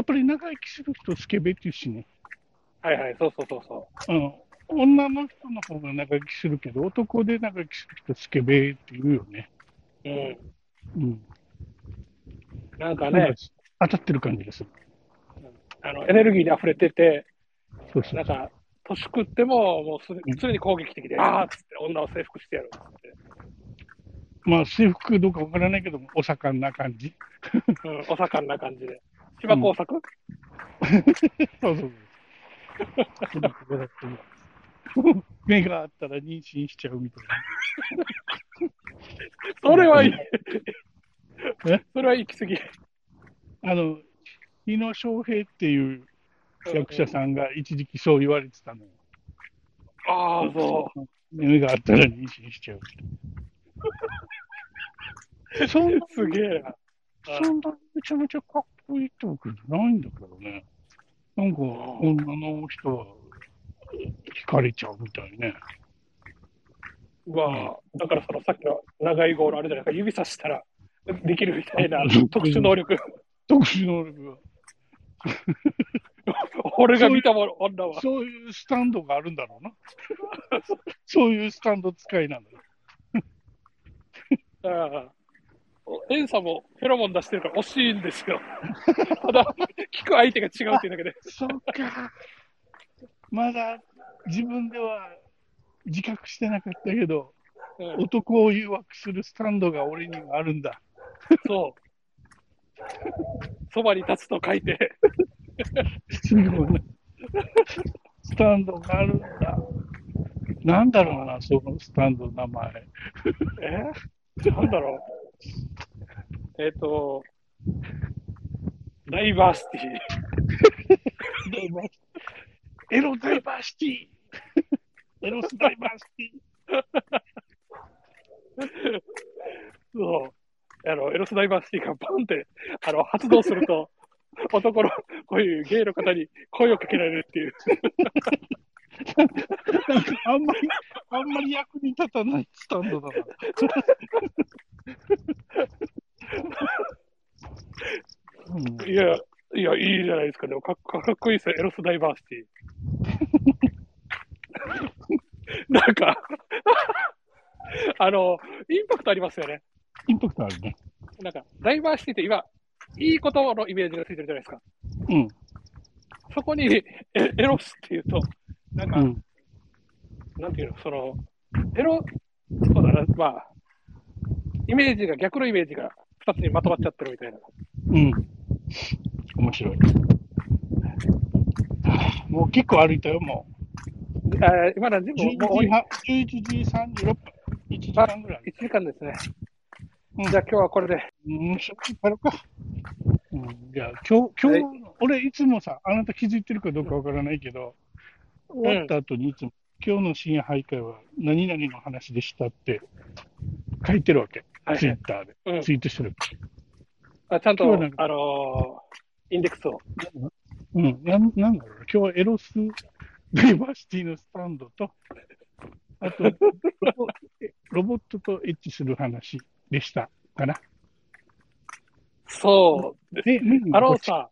Speaker 2: っぱり長生きする人、スケベっていうしね、
Speaker 1: はいはい、そうそうそうそ
Speaker 2: あの女の人の方が長生きするけど、男で長生きする人、スケベって言うよね。
Speaker 1: う。うん。
Speaker 2: うん、
Speaker 1: なんか
Speaker 2: なん
Speaker 1: ね
Speaker 2: か、当たってる感じがする。
Speaker 1: あのエネルギーに溢れてて、
Speaker 2: そうそ
Speaker 1: な
Speaker 2: うん
Speaker 1: か、年食っても、もうす常に攻撃的で、あーっつって女を征服してやるっつ
Speaker 2: まあ、制服どうかわからないけど、お盛んな感じ。
Speaker 1: って。うん、お盛んな感じで。芝工作、
Speaker 2: そうそうそう。目があったら妊娠しちゃうみたい
Speaker 1: それはいい
Speaker 2: え。
Speaker 1: それは行き過ぎ。
Speaker 2: あの、日野翔平っていう役者さんが一時期そう言われてたのよ。
Speaker 1: ああ、そう。
Speaker 2: 夢があったら妊娠しちゃうって。そんな、
Speaker 1: すげえな。
Speaker 2: そんなめちゃめちゃかっこいいってわけじゃないんだけどね。なんか、女の人は惹かれちゃうみたいね。
Speaker 1: うわあだからそのさっきの長いゴールあれじゃないか、指さしたらできるみたいな
Speaker 2: うん
Speaker 1: 特殊能力。
Speaker 2: 特殊能力が。
Speaker 1: 俺が見たもの、女は。
Speaker 2: そういうスタンドがあるんだろうな。 そういうスタンド使いなんだよ。
Speaker 1: ああエンサもフェロモン出してるから惜しいんですよ。 ただ、聞く相手が違うっていうだけで。
Speaker 2: そっか。まだ自分では自覚してなかったけど、
Speaker 1: うん、
Speaker 2: 男を誘惑するスタンドが俺にはあるんだ。
Speaker 1: そう。そばに立つと書いて、
Speaker 2: すごいな。スタンドがあるんだ。なんだろうな、そのスタンドの名前。
Speaker 1: えなんだろう。えっ、と、ダイバーシティ。
Speaker 2: エロダイバーシテ ィ。エロスダイバーシテ
Speaker 1: そう。あの、エロスダイバーシティがバンって、あの、発動すると、男の、こういうゲイの方に声をかけられるっていう。
Speaker 2: ィ。なんかあんまり、あんまり役に立たないスタンドだな。うん
Speaker 1: いや、いや、いいじゃないですか。でもかっこかっこいいですよ、エロスダイバーシティ。 なんか、あの、インパクトありますよね。
Speaker 2: インパクトあるね。
Speaker 1: なんか、ダイバーシティって今、いいことのイメージがついてるじゃないですか。
Speaker 2: うん。
Speaker 1: そこにエエロスっていうと、なんか、
Speaker 2: うん。
Speaker 1: なんていうの、その、エロ、そうだな、まあ、イメージが、逆のイメージが2つにまとまっちゃってるみたいな。
Speaker 2: うん。面白い。はあもう結構歩いたよ、もう。
Speaker 1: あー今の全部
Speaker 2: 11時
Speaker 1: もう1
Speaker 2: 半11時36分、1時間ぐらい。
Speaker 1: 時間ですね。
Speaker 2: うん
Speaker 1: じゃあ今日はこれで。
Speaker 2: うん、しょっぱいのか。うん、じゃあ、今日、今日の、俺、いつもさ、あなた気づいてるかどうかわからないけど、終わった後にいつも、今日の深夜徘徊は何々の話でしたって書いてるわけ、
Speaker 1: はい
Speaker 2: ツイッターで、
Speaker 1: うん
Speaker 2: ツイートしてる。
Speaker 1: あちゃんと
Speaker 2: 今日なん、か
Speaker 1: あのーインデックスを。
Speaker 2: うん、なんなんだろうな、今日はエロスダイバーシティのスタンドと、あと、ロボロボットとエッチする話でしたかな。
Speaker 1: そう。
Speaker 2: で、メニュー
Speaker 1: あ
Speaker 2: こ
Speaker 1: の
Speaker 2: っち
Speaker 1: さ、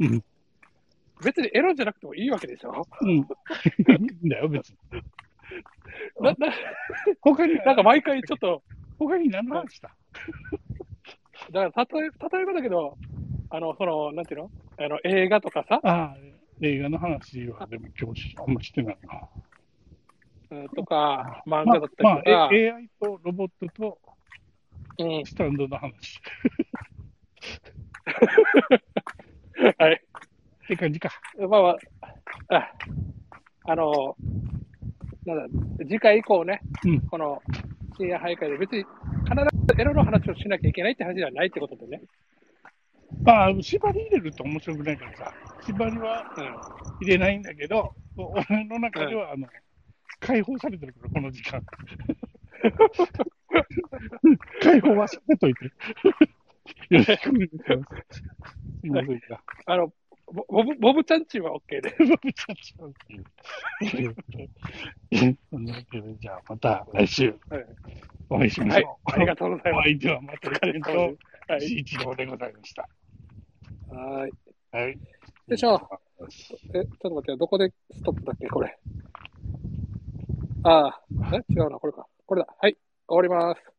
Speaker 2: うん
Speaker 1: 別にエロじゃなくてもいいわけでしょ
Speaker 2: うん。 いいんだよ、別に。
Speaker 1: なな
Speaker 2: 他に、
Speaker 1: なんか毎回ちょっと、
Speaker 2: 他に何の話した
Speaker 1: だから例え例えばだけど、あの、その、なんていうのあの映画とかさ、
Speaker 2: ああ、映画の話はでも今日あんましてないな。
Speaker 1: うんとか、漫
Speaker 2: ま
Speaker 1: 画
Speaker 2: あ
Speaker 1: だっ、たり
Speaker 2: ま
Speaker 1: とか、
Speaker 2: あ、え AI とロボットと
Speaker 1: うん、
Speaker 2: スタンドの話。
Speaker 1: はい。
Speaker 2: って感じか。
Speaker 1: まあまあ、ああの、なんだ、次回以降ね、
Speaker 2: うん
Speaker 1: この深夜徘徊で別に必ずエロの話をしなきゃいけないって話ではないってことでね。
Speaker 2: まあ、縛り入れると面白くないからさ、縛りは
Speaker 1: うん
Speaker 2: 入れないんだけど、俺の中では、あの、解放されてるから、この時間。 解放はさせといて。よろしくお願いします。すいませんが。
Speaker 1: あの、ボボブボブちゃんチームは OK で。
Speaker 2: ボブちゃんちゃうっていう。そんなわけでじゃあまた来週
Speaker 1: はい
Speaker 2: お会いしま
Speaker 1: は
Speaker 2: し
Speaker 1: い
Speaker 2: ょ、
Speaker 1: あ
Speaker 2: う。
Speaker 1: りがとうござい
Speaker 2: お
Speaker 1: ます。
Speaker 2: 相手はまた
Speaker 1: お疲
Speaker 2: レ
Speaker 1: れ
Speaker 2: ン
Speaker 1: 様
Speaker 2: と
Speaker 1: ですはい
Speaker 2: シ一郎でございました。
Speaker 1: はい。
Speaker 2: はい。
Speaker 1: よいしょ。え、ちょっと待ってよ、どこでストップだっけ、これ。ああ、え違うな、これか。これだ。はい、終わります。